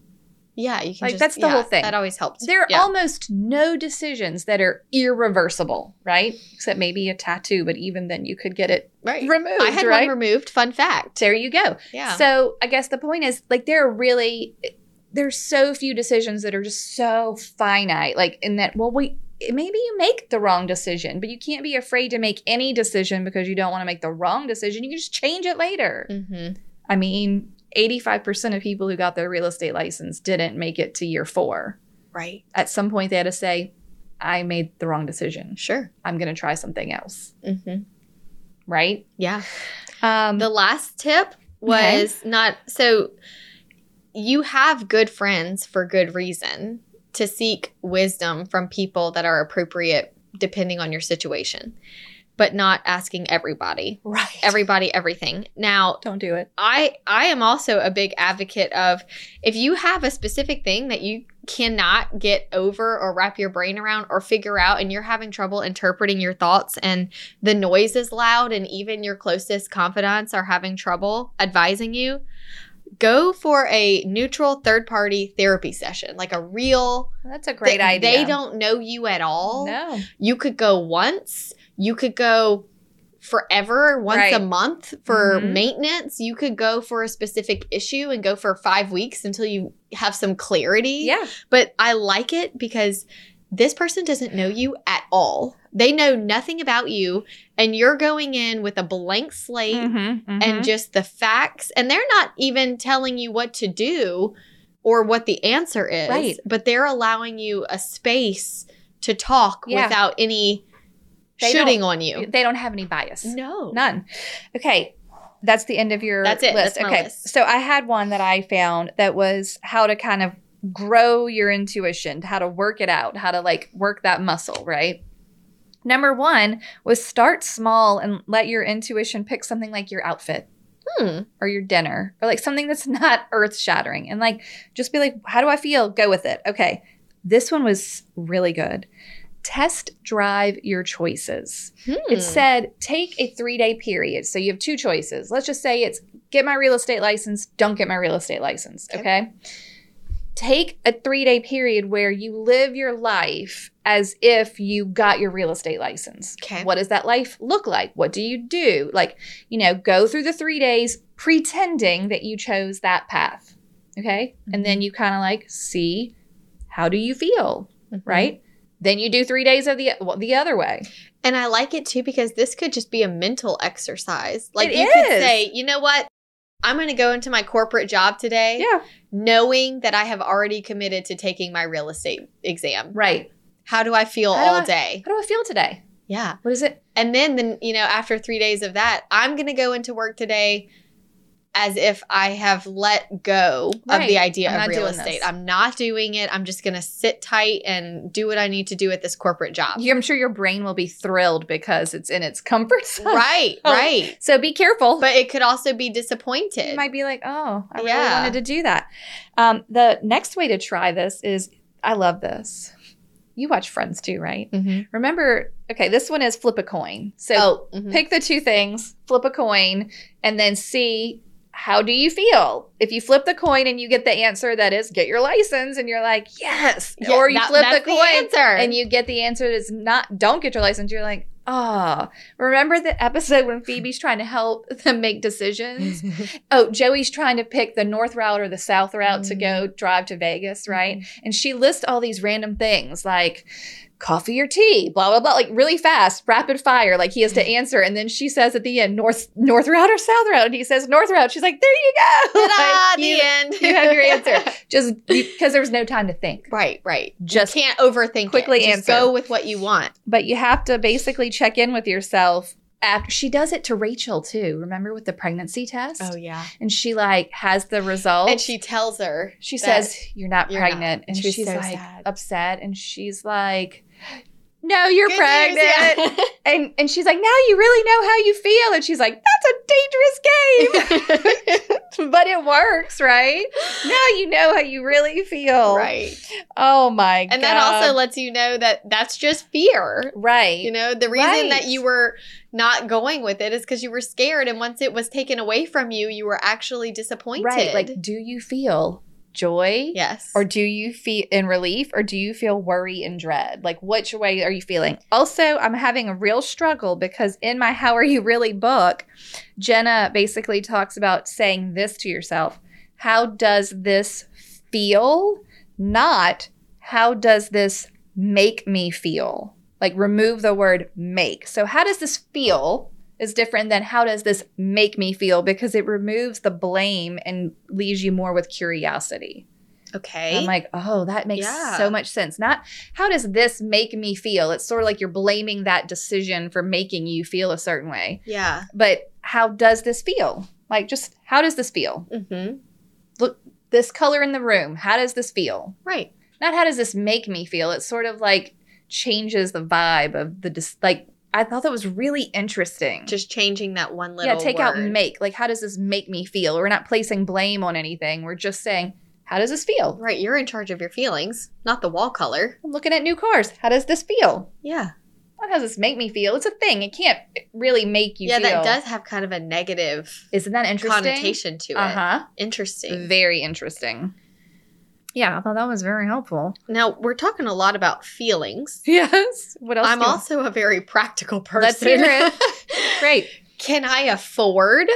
yeah, you can like, just- that's the yeah, whole thing. That always helps. There are yeah. almost no decisions that are irreversible, right? Except maybe a tattoo, but even then you could get it right. removed, I had right? one removed. Fun fact. there you go. Yeah. So I guess the point is like there are really there's so few decisions that are just so finite. Like in that, well, we maybe you make the wrong decision, but you can't be afraid to make any decision because you don't want to make the wrong decision. You can just change it later. hmm I mean, 85% of people who got their real estate license didn't make it to year four Right. at some point they had to say, I made the wrong decision. Sure. I'm going to try something else. hmm Right? Yeah. Um, The last tip was not so you have good friends for good reason to seek wisdom from people that are appropriate depending on your situation, but not asking everybody, right. everybody, everything. Now, Don't do it. I I am also a big advocate of if you have a specific thing that you cannot get over or wrap your brain around or figure out and you're having trouble interpreting your thoughts and the noise is loud and even your closest confidants are having trouble advising you go for a neutral third party therapy session like a real That's a great they, idea. they don't know you at all No. you could go once you could go forever once a Right. month for Mhm. maintenance you could go for a specific issue and go for five weeks until you have some clarity Yeah. but i like it because this person doesn't know you at all they know nothing about you and you're going in with a blank slate Mm-hmm. and just the facts and they're not even telling you what to do or what the answer is Right. but they're allowing you a space to talk Yeah. without any They shooting on you they don't have any bias. no None. Okay. That's the end of your Oh. That's it. list. That's my okay. list. So I had one that I found that was how to kind of grow your intuition, how to work it out, how to like work that muscle, right? Number one was start small and let your intuition pick something like your outfit. Hmm. or your dinner or like something that's not earth shattering and like just be like how do i feel go with it okay this one was really good test drive your choices it Hmm. said take a three day period so you have two choices let's just say it's get my real estate license don't get my real estate license Okay. okay take a three day period where you live your life as if you got your real estate license okay what does that life look like? What do you do? Like, you know, go through the three days pretending that you chose that path. Okay. And Mm-hmm. then you kind of like see how do you feel, Mhm. right? Then you do three days of the well, the other way. and i like it too because this could just be a mental exercise like It you could is. say you know what i'm going to go into my corporate job today Yeah. knowing that i have already committed to taking my real estate exam Right. how do i feel How do all I- day How do I feel today? yeah What is it? And then, then you know, after three days of that, I'm going to go into work today as if I have let go of Right. the idea I'm of not real doing estate. this. I'm not doing it. I'm just going to sit tight and do what I need to do at this corporate job. I'm sure your brain will be thrilled because it's in its comfort zone. right, Oh. right. So be careful. But it could also be disappointed. you might be like, oh, I really Yeah. wanted to do that. Um, the next way to try this is I love this. You watch Friends too, right? Mhm. Remember, okay, this one is flip a coin. So Oh, mhm. pick the two things, flip a coin, and then see how do you feel? If you flip the coin and you get the answer that is get your license and you're like, yes. Yeah, or you that- flip the that's coin answer. and you get the answer that's not don't get your license, you're like, oh. Remember the episode when Phoebe's trying to help them make Mm. decisions? oh, Joey's trying to pick the north route or the south route to Mm. Mm-hmm. go drive to Vegas, right? And she lists all these random things like coffee or tea, blah blah blah, like really fast, rapid fire, like he has Mm. to answer. And then she says at the end, north north route or south route, and he says north route. She's like, there you go, Ta-da, Like, the you, end. you have your answer. Just because there was no time to think. right, right. Just Can't overthink Quickly it. Just answer. go with what you want. but you have to basically check in with yourself after she does it to Rachel too. Remember with the pregnancy test? Oh, yeah. And she like has the results. And she tells her she that- says you're not "You're not." pregnant and She was she's so like sad. upset and she's like no you're Good news, pregnant yeah. and and she's like now you really know how you feel and she's like that's a dangerous game but it works right now you know how you really feel right. oh my god And that also lets you know that that's just fear. right You know, the reason Right. that you were not going with it is because you were scared. And once it was taken away from you, you were actually disappointed. right like do you feel joy yes. Or do you feel in relief or do you feel worry and dread? Like, which way are you feeling? Also, I'm having a real struggle because in my How Are You Really book, Jenna basically talks about saying this to yourself How does this feel? Not how does this make me feel? Like, remove the word make. So, how does this feel? Is different than how does this make me feel because it removes the blame and leaves you more with curiosity. And okay. I'm like, oh, that makes Yeah. so much sense. Not how does this make me feel? It's sort of like you're blaming that decision for making you feel a certain way. yeah. But how does this feel? Like, just how does this feel? hmm This color in the room, how does this feel? Right. Not how does this make me feel? It's sort of like changes the vibe of the, dis- like, I thought that was really interesting. Just changing that one little yeah, take out word. make. Like, how does this make me feel? We're not placing blame on anything. We're just saying, how does this feel? Right. You're in charge of your feelings, not the wall color. I'm looking at new cars. How does this feel? Yeah. What does this make me feel? It's a thing. It can't really make you yeah, feel. that does have kind of a negative Isn't that interesting? connotation to it. Uh huh. Interesting. Very interesting. Yeah, I thought that was very helpful. Now, we're talking a lot about feelings. Yes. What else? I'm do you- also a very practical person. Let's hear great. Can I afford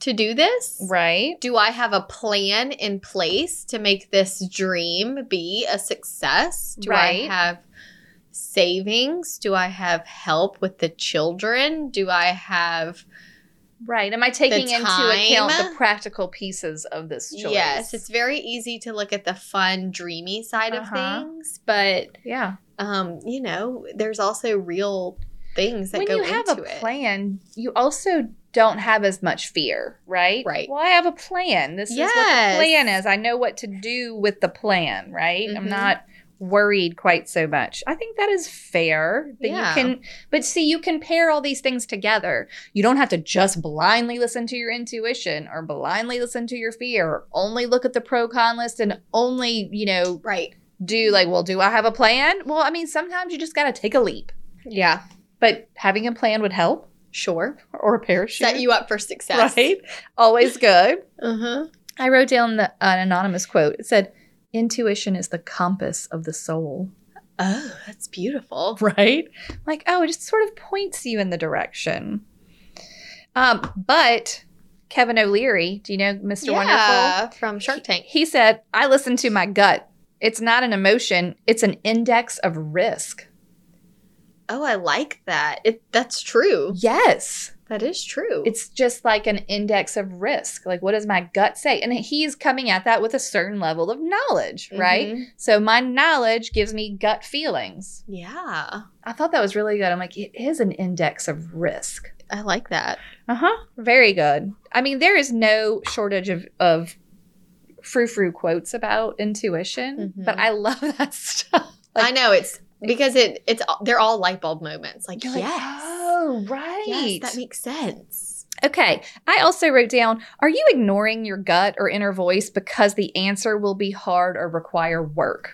to do this? Right. Do I have a plan in place to make this dream be a success? Do Right. I have savings? Do I have help with the children? Do I have Right. Am I taking into account time? the practical pieces of this choice? Yes, it's very easy to look at the fun, dreamy side Uh-huh. of things, but yeah. um, you know, there's also real things that When go you have a into it. plan, you also don't have as much fear, right? Right. Well, I have a plan. This is what Yes. plan is. I know what to do with the plan, right? I'm Mhm. not worried quite so much. I think that is fair. That Yeah. you can but see you can pair all these things together. You don't have to just blindly listen to your intuition or blindly listen to your fear or only look at the pro con list and only, you know, Right. do like, well, do I have a plan? Well, I mean, sometimes you just got to take a leap. Yeah. But having a plan would help Sure. or a parachute. Set you up for success. right? Always good. Uh-huh. I wrote down the, an anonymous quote. It said, "Intuition is the compass of the soul." Oh, that's beautiful. Right? Like, oh, it just sort of points you in the direction. Um, but Kevin O'Leary, do you know Mr. Wonderful? Yeah, from Shark Tank. He said, "I listen to my gut. It's not an emotion. It's an index of risk." Oh, I like that. It that's true. Yes. That is true. It's just like an index of risk. Like, what does my gut say? And he's coming at that with a certain level of knowledge, right? Mhm. So my knowledge gives me gut feelings. Yeah. I thought that was really good. I'm like, it is an index of risk. I like that. Uh huh. Very good. I mean, there is no shortage of of frou frou quotes about intuition, Mhm. but I love that stuff. Like- I know it's because it it's all- they're all light bulb moments. Like, You're yes. like, oh, right. Yes, that makes sense. okay. I also wrote down: Are you ignoring your gut or inner voice because the answer will be hard or require work?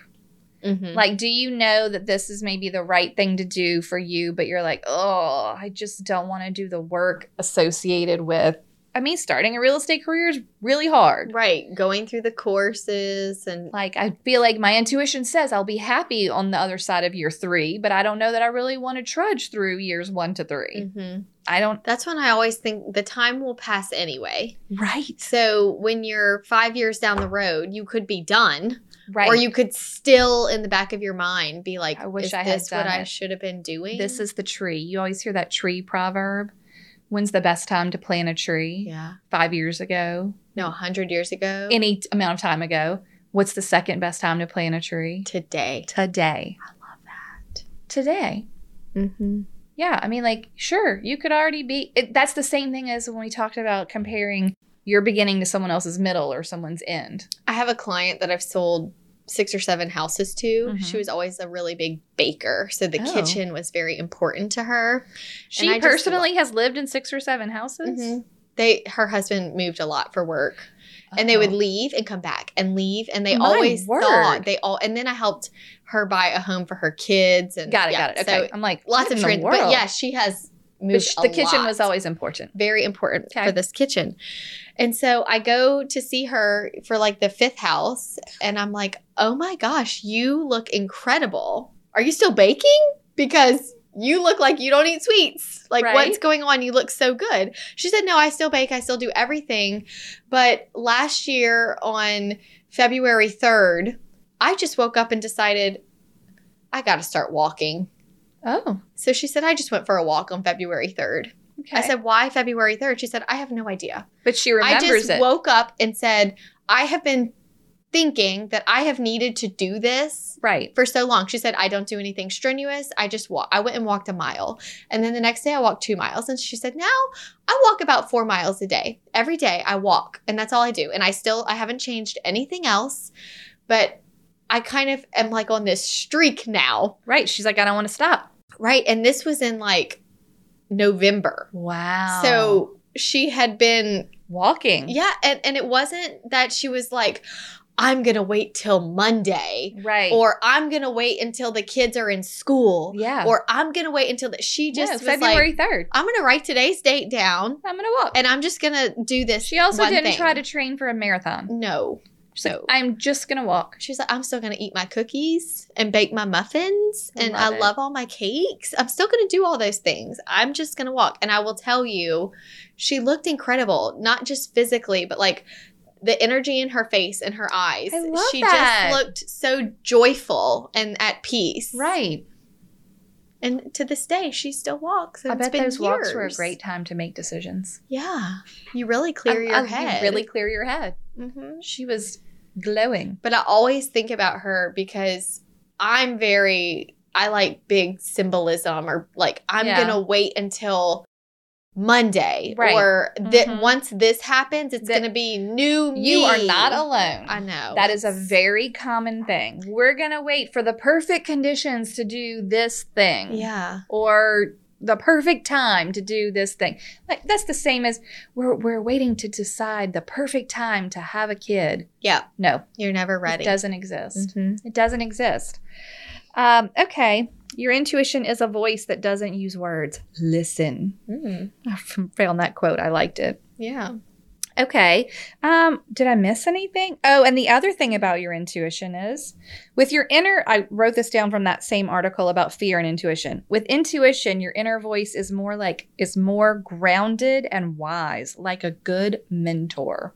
Mhm. Like, do you know that this is maybe the right thing to do for you, but you're like, oh, I just don't want to do the work associated with. I mean, starting a real estate career is really hard. Right, going through the courses and Like, I feel like my intuition says I'll be happy on the other side of year three, but I don't know that I really want to trudge through years one to 3 Mhm. I don't. that's when I always think the time will pass anyway. Right. So when you're five years down the road, you could be done, Right. or you could still in the back of your mind be like, I wish "Is I had this what done I it." should have been doing?" this is the tree. You always hear that tree proverb. When's the best time to plant a tree? yeah, Five years ago, no, a hundred years ago, any t- amount of time ago. What's the second best time to plant a tree? today. Today. I love that. Today. Mm-hmm. Yeah, I mean, like, sure, you could already be. It, that's the same thing as when we talked about comparing your beginning to someone else's middle or someone's end. I have a client that I've sold six or seven houses to. Mhm. She was always a really big baker, so the Oh. kitchen was very important to her. I She just personally has lived in six or seven houses, Mhm. They, her husband moved a lot for work. and they would Oh. leave and come back and leave and they My always word. thought they all and then i helped her buy a home for her kids and Got it, yeah, got it. Okay, so I'm like lots what of in the trends but world? yeah she has But moved sh- a the kitchen lot. was always important. very important Okay. for this kitchen and so i go to see her for like the fifth house and i'm like oh my gosh you look incredible are you still baking because you look like you don't eat sweets. Like, Right. what's going on? You look so good. She said, No, I still bake. I still do everything. But last year on February 3rd, I just woke up and decided I got to start walking. Oh, So she said, I just went for a walk on February 3rd. okay. I said, Why February 3rd? She said, I have no idea. but she remembers I just it. woke up and said, I have been thinking that I have needed to do this right. for so long. She said, I don't do anything strenuous. I just walk. I went and walked a mile. And then the next day I walked two miles. And she said, now I walk about four miles a day. Every day I walk. And that's all I do. And I still, I haven't changed anything else. But I kind of am like on this streak now. Right. She's like, I don't want to stop. Right. And this was in like November. Wow. Oh. So she had been walking. yeah, and, and it wasn't that she was like, I'm gonna wait till Monday Right. or I'm gonna wait until the kids are in school. yeah. Or I'm gonna wait until the, she No, just was February like, 3rd. I'm gonna write today's date down I'm gonna walk. and I'm just gonna do this. she also one didn't thing." try to train for a marathon. No, She's like, No. I'm just gonna walk. she's like, I'm still gonna eat my cookies and bake my muffins and Love I it. love all my cakes. I'm still gonna do all those things. I'm just gonna walk. And I will tell you, she looked incredible, not just physically, but like the energy in her face and her eyes. I love she that. just looked so joyful and at peace. Right. And to this day, she still walks. and I it's bet been those walks were a years. great time to make decisions. Yeah, you really clear I- your I- you head. really Mm-hmm. clear your head. Mhm. She was glowing. But I always think about her because I'm very. I like big symbolism, or like I'm Yeah. gonna wait until Monday, Right. or that Mhm. once this happens, it's That- gonna be new. You are me. not alone. I know That is a very common thing. We're going to wait for the perfect conditions to do this thing. yeah. Or the perfect time to do this thing. Like that's the same as we're we're waiting to decide the perfect time to have a kid. Yeah, No, you're never ready. it doesn't exist. Mhm. It doesn't exist. Um, okay. Your intuition is a voice that doesn't use words. Listen. Mm. I found that quote. I liked it. Yeah. Okay. Um, did I miss anything? Oh, and the other thing about your intuition is with your inner, I wrote this down from that same article about fear and intuition. With intuition, your inner voice is more like, is more grounded and wise, like a good mentor.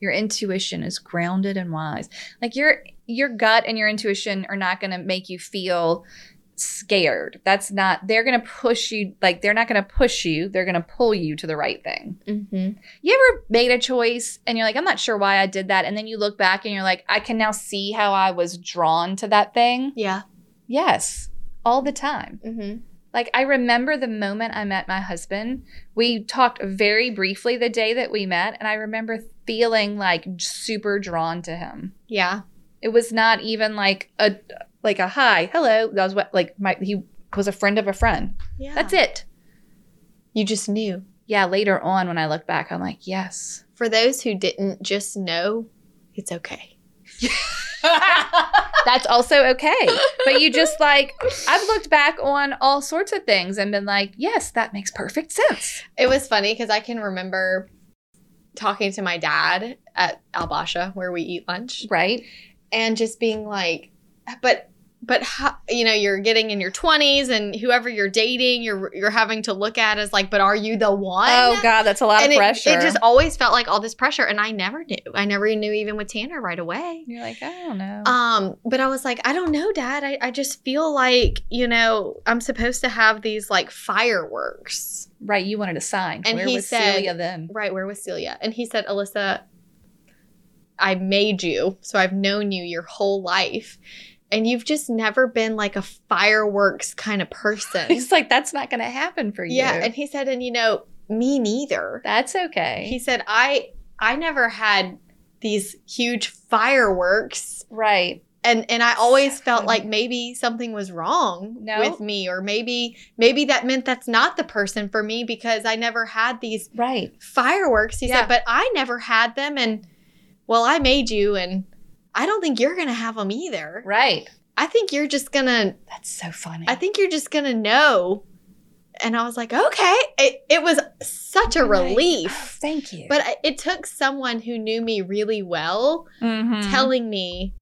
Your intuition is grounded and wise. Like your, your gut and your intuition are not going to make you feel scared. That's not, they're going to push you, like, they're not going to push you. They're going to pull you to the right thing. Mm-hmm. You ever made a choice and you're like, I'm not sure why I did that. And then you look back and you're like, I can now see how I was drawn to that thing. Yeah. Yes, all the time. Mm-hmm. Like, I remember the moment I met my husband. We talked very briefly the day that we met, and I remember feeling like super drawn to him. Yeah. It was not even like a like a hi, hello. That was what like my he was a friend of a friend. Yeah. That's it. You just knew. Yeah, later on when I look back, I'm like, yes. For those who didn't just know, it's okay. That's also okay. But you just like I've looked back on all sorts of things and been like, yes, that makes perfect sense. It was funny because I can remember talking to my dad at Al Basha where we eat lunch Right? and just being like, but but how, you know you're getting in your 20s and whoever you're dating you're you're having to look at is like but are you the one? Oh god, that's a lot and of it, pressure. it just always felt like all this pressure and I never knew. I never knew even with Tanner right away. You're like, I don't know. Um, but I was like, I don't know, Dad. I, I just feel like, you know, I'm supposed to have these like fireworks. right, you wanted a sign. and Where he was said- Celia then? Right, where was Celia? And he said, Alyssa, I made you, so I've known you your whole life. And you've just never been like a fireworks kind of person. He's like, that's not gonna happen for you. yeah. And he said, and you know, me neither. that's okay. He said, I I never had these huge fireworks right. and and I always felt Seven. like maybe something was wrong No. with me or maybe maybe that meant that's not the person for me because I never had these Right. fireworks. He Yeah. said, "But I never had them and well, I made you and I don't think you're going to have them either. Right. I think you're just going to That's so funny. I think you're just going to know." And I was like, "Okay." It it was such a You're like, relief. "Oh, thank you. But I- it took someone who knew me really well Mhm. telling me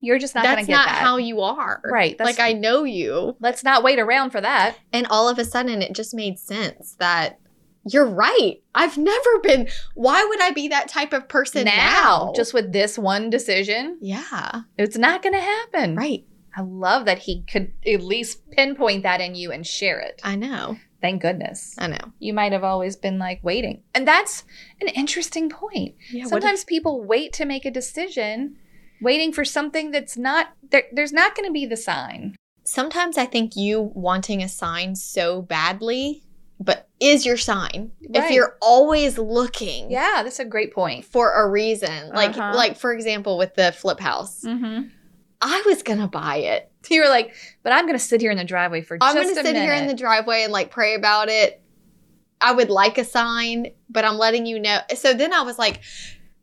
you're just not gonna that's get not that. how you are. right. That's, like I know you. let's not wait around for that. And all of a sudden it just made sense that you're right. I've never been why would I be that type of person now? just with this one decision, yeah. it's not gonna happen. Right. I love that he could at least pinpoint that in you and share it. I know. Thank goodness. I know. You might have always been like waiting. And that's an interesting point. Yeah. what Sometimes people wait to make a decision, waiting for something that's not there, there's not going to be the sign. if- sometimes I think you wanting a sign so badly, but is your sign. If Right. you're always looking Yeah, that's a great point. for a reason. Like Uh-huh. like for example with the flip house. Mm-hmm. I was gonna buy it. You were like, but I'm going to sit here in the driveway for I'm just gonna a sit minute. here in the driveway and like pray about it. I would like a sign, but I'm letting you know. So then I was like,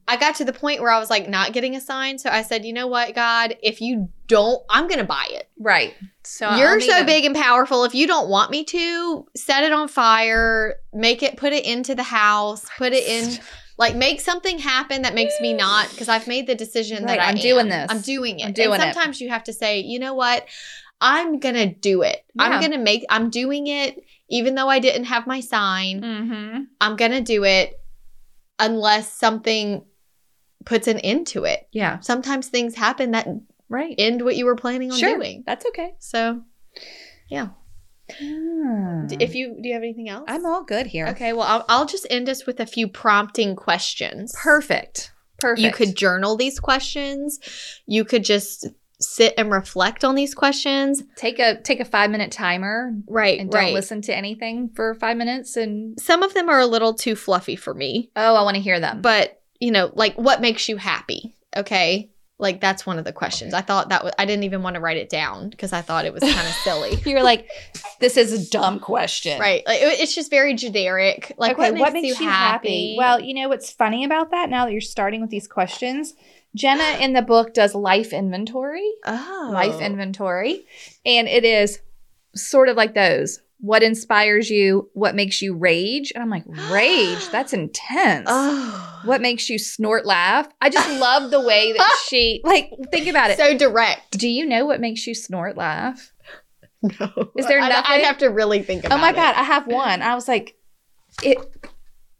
I got to the point where I was like not getting a sign. So I said, you know what, God, if you don't, I'm gonna buy it. right. So I'll You're need so a- big and powerful. If you don't want me to, set it on fire, make it, put it into the house, put it in, like make something happen that makes me not, because I've made the decision Right, that I I'm am. doing this. I'm doing it. I'm doing and it. sometimes you have to say, you know what? I'm going to do it. I'm Yeah. going to make, I'm doing it. Even though I didn't have my sign, Mhm. I'm going to do it unless something puts an end to it. Yeah. Sometimes things happen that Right. end what you were planning on sure. doing. That's okay. So Hmm. d- if you, do you have anything else? I'm all good here. Okay, well, I'll, I'll just end us with a few prompting questions. Perfect. Perfect. You could journal these questions. You could just sit and reflect on these questions. take a take a five minute timer Right, and don't right. listen to anything for five minutes and Some of them are a little too fluffy for me, oh, I want to hear them. but you know, like what makes you happy? Okay. Like that's one of the questions. I thought that was, I didn't even want to write it down because I thought it was kind of silly. you're like, this is a dumb question. Right. Like it- it's just very generic. Like okay, what, makes you, happy? Well, you know what's funny about that now that you're starting with these questions? Jenna in the book does life inventory, oh. life inventory, and it is sort of like those. What inspires you? What makes you rage? And I'm like, rage? That's intense. Oh. What makes you snort laugh? I just love the way that she, like, think about it. So direct. Do you know what makes you snort laugh? No. Is there I'd- I'd nothing? Oh have to really think about Oh my it. God, I have one. I was like, it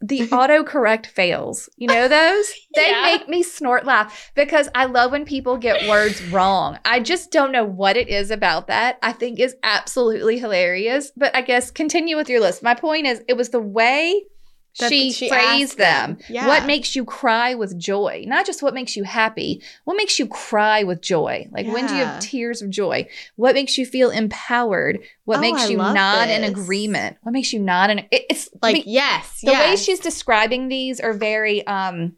the autocorrect fails. You know those? They Yeah. make me snort laugh because I love when people get words wrong. I just don't know what it is about that. I think is absolutely hilarious. But I guess continue with your list. My point is it was the way That she, she phrased asked them. them. Yeah. What makes you cry with joy? Not just what makes you happy. What makes you cry with joy? Like when do you Yeah. have tears of joy? What makes you feel empowered? What Oh, makes I you love not in this. agreement? What makes you not in? It, it's Like, me- yes. the way yes. she's describing these are very um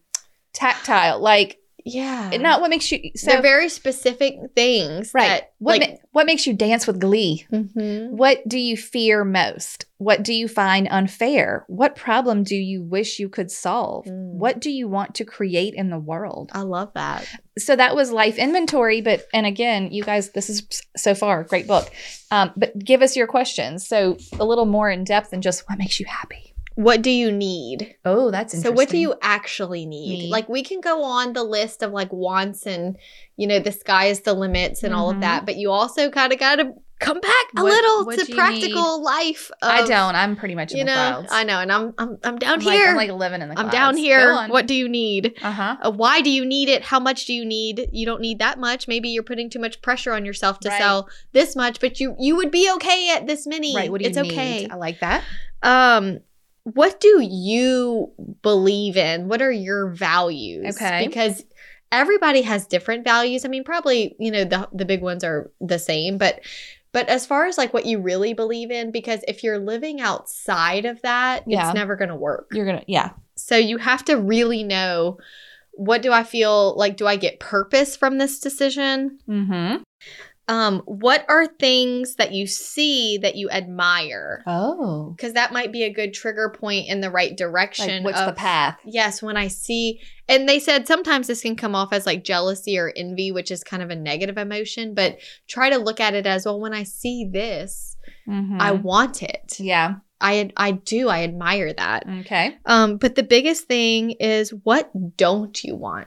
tactile like Yeah. not what makes you so They're very specific things. right That, what like, ma- what makes you dance with glee Mhm. what do you fear most what do you find unfair what problem do you wish you could solve Mm. what do you want to create in the world I love that. so that was life inventory but and again you guys this is so far a great book um, but give us your questions so a little more in depth than just what makes you happy What do you need? oh that's So interesting what do you actually need? Need. Like we can go on the list of like wants and you know the sky is the limits and all of Mhm. that, but you also kind of got to come back a What- little what do to you practical life. Of, i don't i'm pretty much in You the know, clouds I know, and I'm I'm I'm down I'm like- here. I'm like living in the. I'm clouds. down Go here. on. What do you need? Uh huh. Uh, why do you need it? How much do you need? You don't need that much. Maybe you're putting too much pressure on yourself to Right. sell this much, but you you would be okay at this many. Right. What do you it's need? okay. I like that. Um, what do you believe in? What are your values? Okay. Because everybody has different values. I mean, probably, you know, the the big ones are the same, but but as far as like what you really believe in, because if you're living outside of that, Yeah. it's never gonna work. You're gonna. Yeah. So you have to really know what do I feel like do I get purpose from this decision? Mm-hmm. Um, what are things that you see that you admire? Oh. because that might be a good trigger point in the right direction. Like, what's the of- path? Yes, when I see, and they said sometimes this can come off as like jealousy or envy, which is kind of a negative emotion, but try to look at it as well. When I see this, Mm-hmm. I want it. yeah. I I do. I admire that. Okay. Um, but the biggest thing is what don't you want?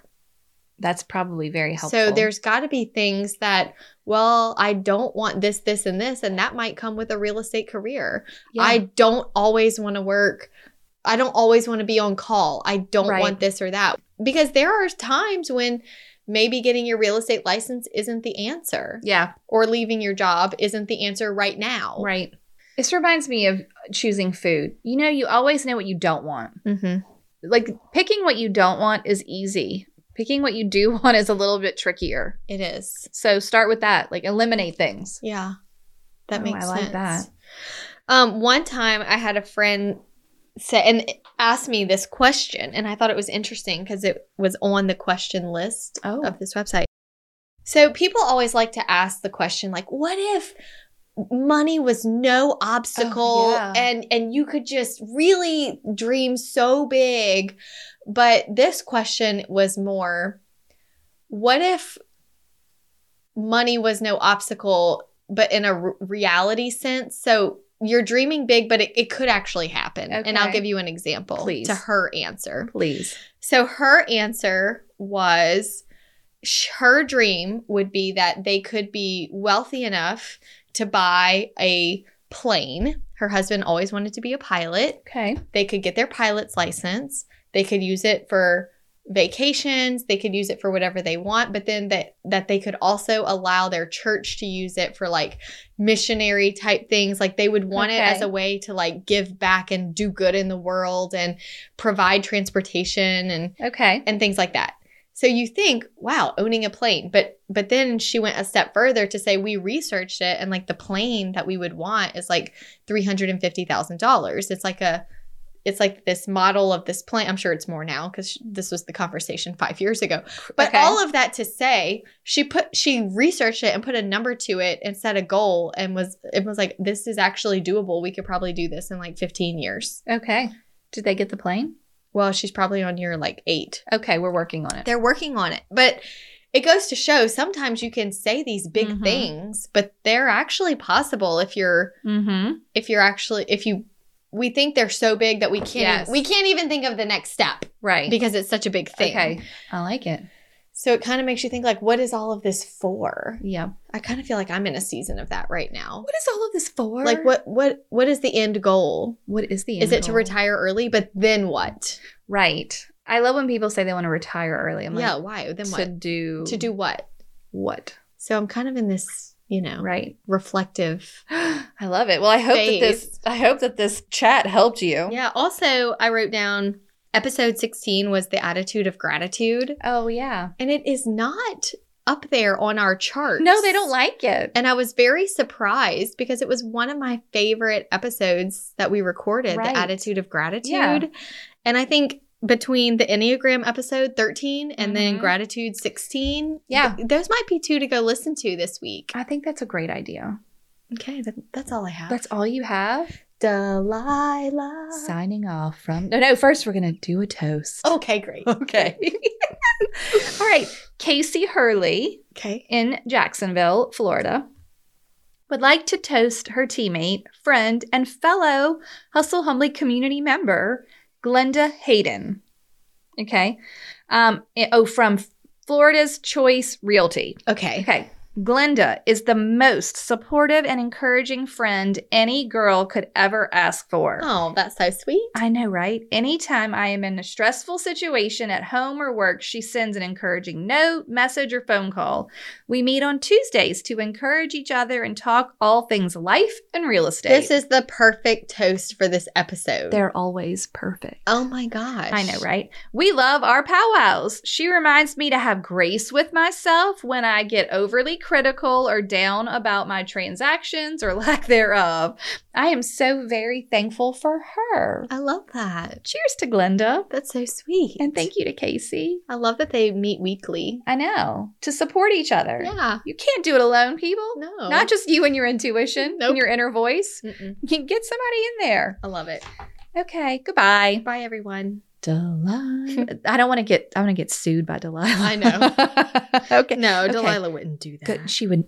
That's probably very helpful. So there's got to be things that, well, I don't want this, this, and this, and that might come with a real estate career. Yeah. I don't always want to work. I don't always want to be on call. I don't Right. want this or that. Because there are times when maybe getting your real estate license isn't the answer Yeah. or leaving your job isn't the answer right now. Right. This reminds me of choosing food. You know, you always know what you don't want. Mm-hmm. Like picking what you don't want is easy. Picking what you do want is a little bit trickier. It is. So start with that. Like eliminate things. Yeah. That Oh, makes I like sense. that. Um, one time I had a friend say and asked me this question, and I thought it was interesting because it was on the question list Oh. of this website. So people always like to ask the question like, what if money was no obstacle Oh, yeah. and and you could just really dream so big? But this question was more what if money was no obstacle but in a r- reality sense? So you're dreaming big, but it, it could actually happen. And I'll Okay. give you an example Please. to her answer. Please. So her answer was sh- her dream would be that they could be wealthy enough to buy a plane. Her husband always wanted to be a pilot. Okay. They could get their pilot's license. They could use it for vacations. They could use it for whatever they want, but then that that they could also allow their church to use it for like missionary type things. Like they would want it Okay. as a way to like give back and do good in the world and provide transportation and Okay. and things like that. So you think, wow, owning a plane, but but then she went a step further to say we researched it and like the plane that we would want is like three hundred and fifty thousand dollars. It's like a, it's like this model of this plane. I'm sure it's more now because this was the conversation five years ago. But Okay. all of that to say, she put she researched it and put a number to it and set a goal and was it was like this is actually doable. We could probably do this in like fifteen years. Okay. Did they get the plane? Well, she's probably on year like eight. Okay, we're working on it. They're working on it. But it goes to show sometimes you can say these big Mhm. things, but they're actually possible if you're Mm-hmm. if you're actually if you we think they're so big that we can't Yes. we can't even think of the next step Right. because it's such a big thing. Okay. I like it. So it kind of makes you think like, what is all of this for? Yeah. I kind of feel like I'm in a season of that right now. What is all of this for? Like what what what is the end goal? What is the is end it to goal? retire early? But then what? Right. I love when people say they want to retire early. I'm yeah, like, why? Then to what? do To do what? what? So I'm kind of in this, you know, Right. reflective. I love it. Well, I hope that this I hope that this chat helped you. Yeah. Also, I wrote down episode 16 was the attitude of gratitude, Oh yeah. and it is not up there on our chart. No, they don't like it. And I was very surprised because it was one of my favorite episodes that we recorded, Right. the attitude of gratitude. Yeah. And I think between the Enneagram episode 13 and then Mhm. gratitude 16, Yeah. th- those might be two to go listen to this week. I think that's a great idea. Okay, that, that's all I have. That's all you have. Delilah. Signing off from No, no, first we're going to do a toast. Okay, great. okay. all right. Casey Hurley Okay. in Jacksonville, Florida, would like to toast her teammate, friend, and fellow Hustle Humbly community member, Glenda Hayden. Okay. Um, eh, oh, from Florida's Choice Realty. Okay. Okay. Glenda is the most supportive and encouraging friend any girl could ever ask for. Oh, that's so sweet. I know, right? Anytime I am in a stressful situation at home or work, she sends an encouraging note, message, or phone call. We meet on Tuesdays to encourage each other and talk all things life and real estate. This is the perfect toast for this episode. They're always perfect. oh my gosh. I know, right? We love our powwows. She reminds me to have grace with myself when I get overly critical or down about my transactions or lack thereof. I am so very thankful for her. I love that. Cheers to Glenda. That's so sweet. And thank you to Casey. I love that they meet weekly. I know. To support each other. Yeah. You can't do it alone, people. No. Not just you and your intuition Nope. and your inner voice. Mm-mm. You can get somebody in there. I love it. Okay. Goodbye. Bye, everyone. Delilah. I don't want to get I want to get sued by Delilah. I know. okay. No, Okay. Delilah wouldn't do that. Good. She would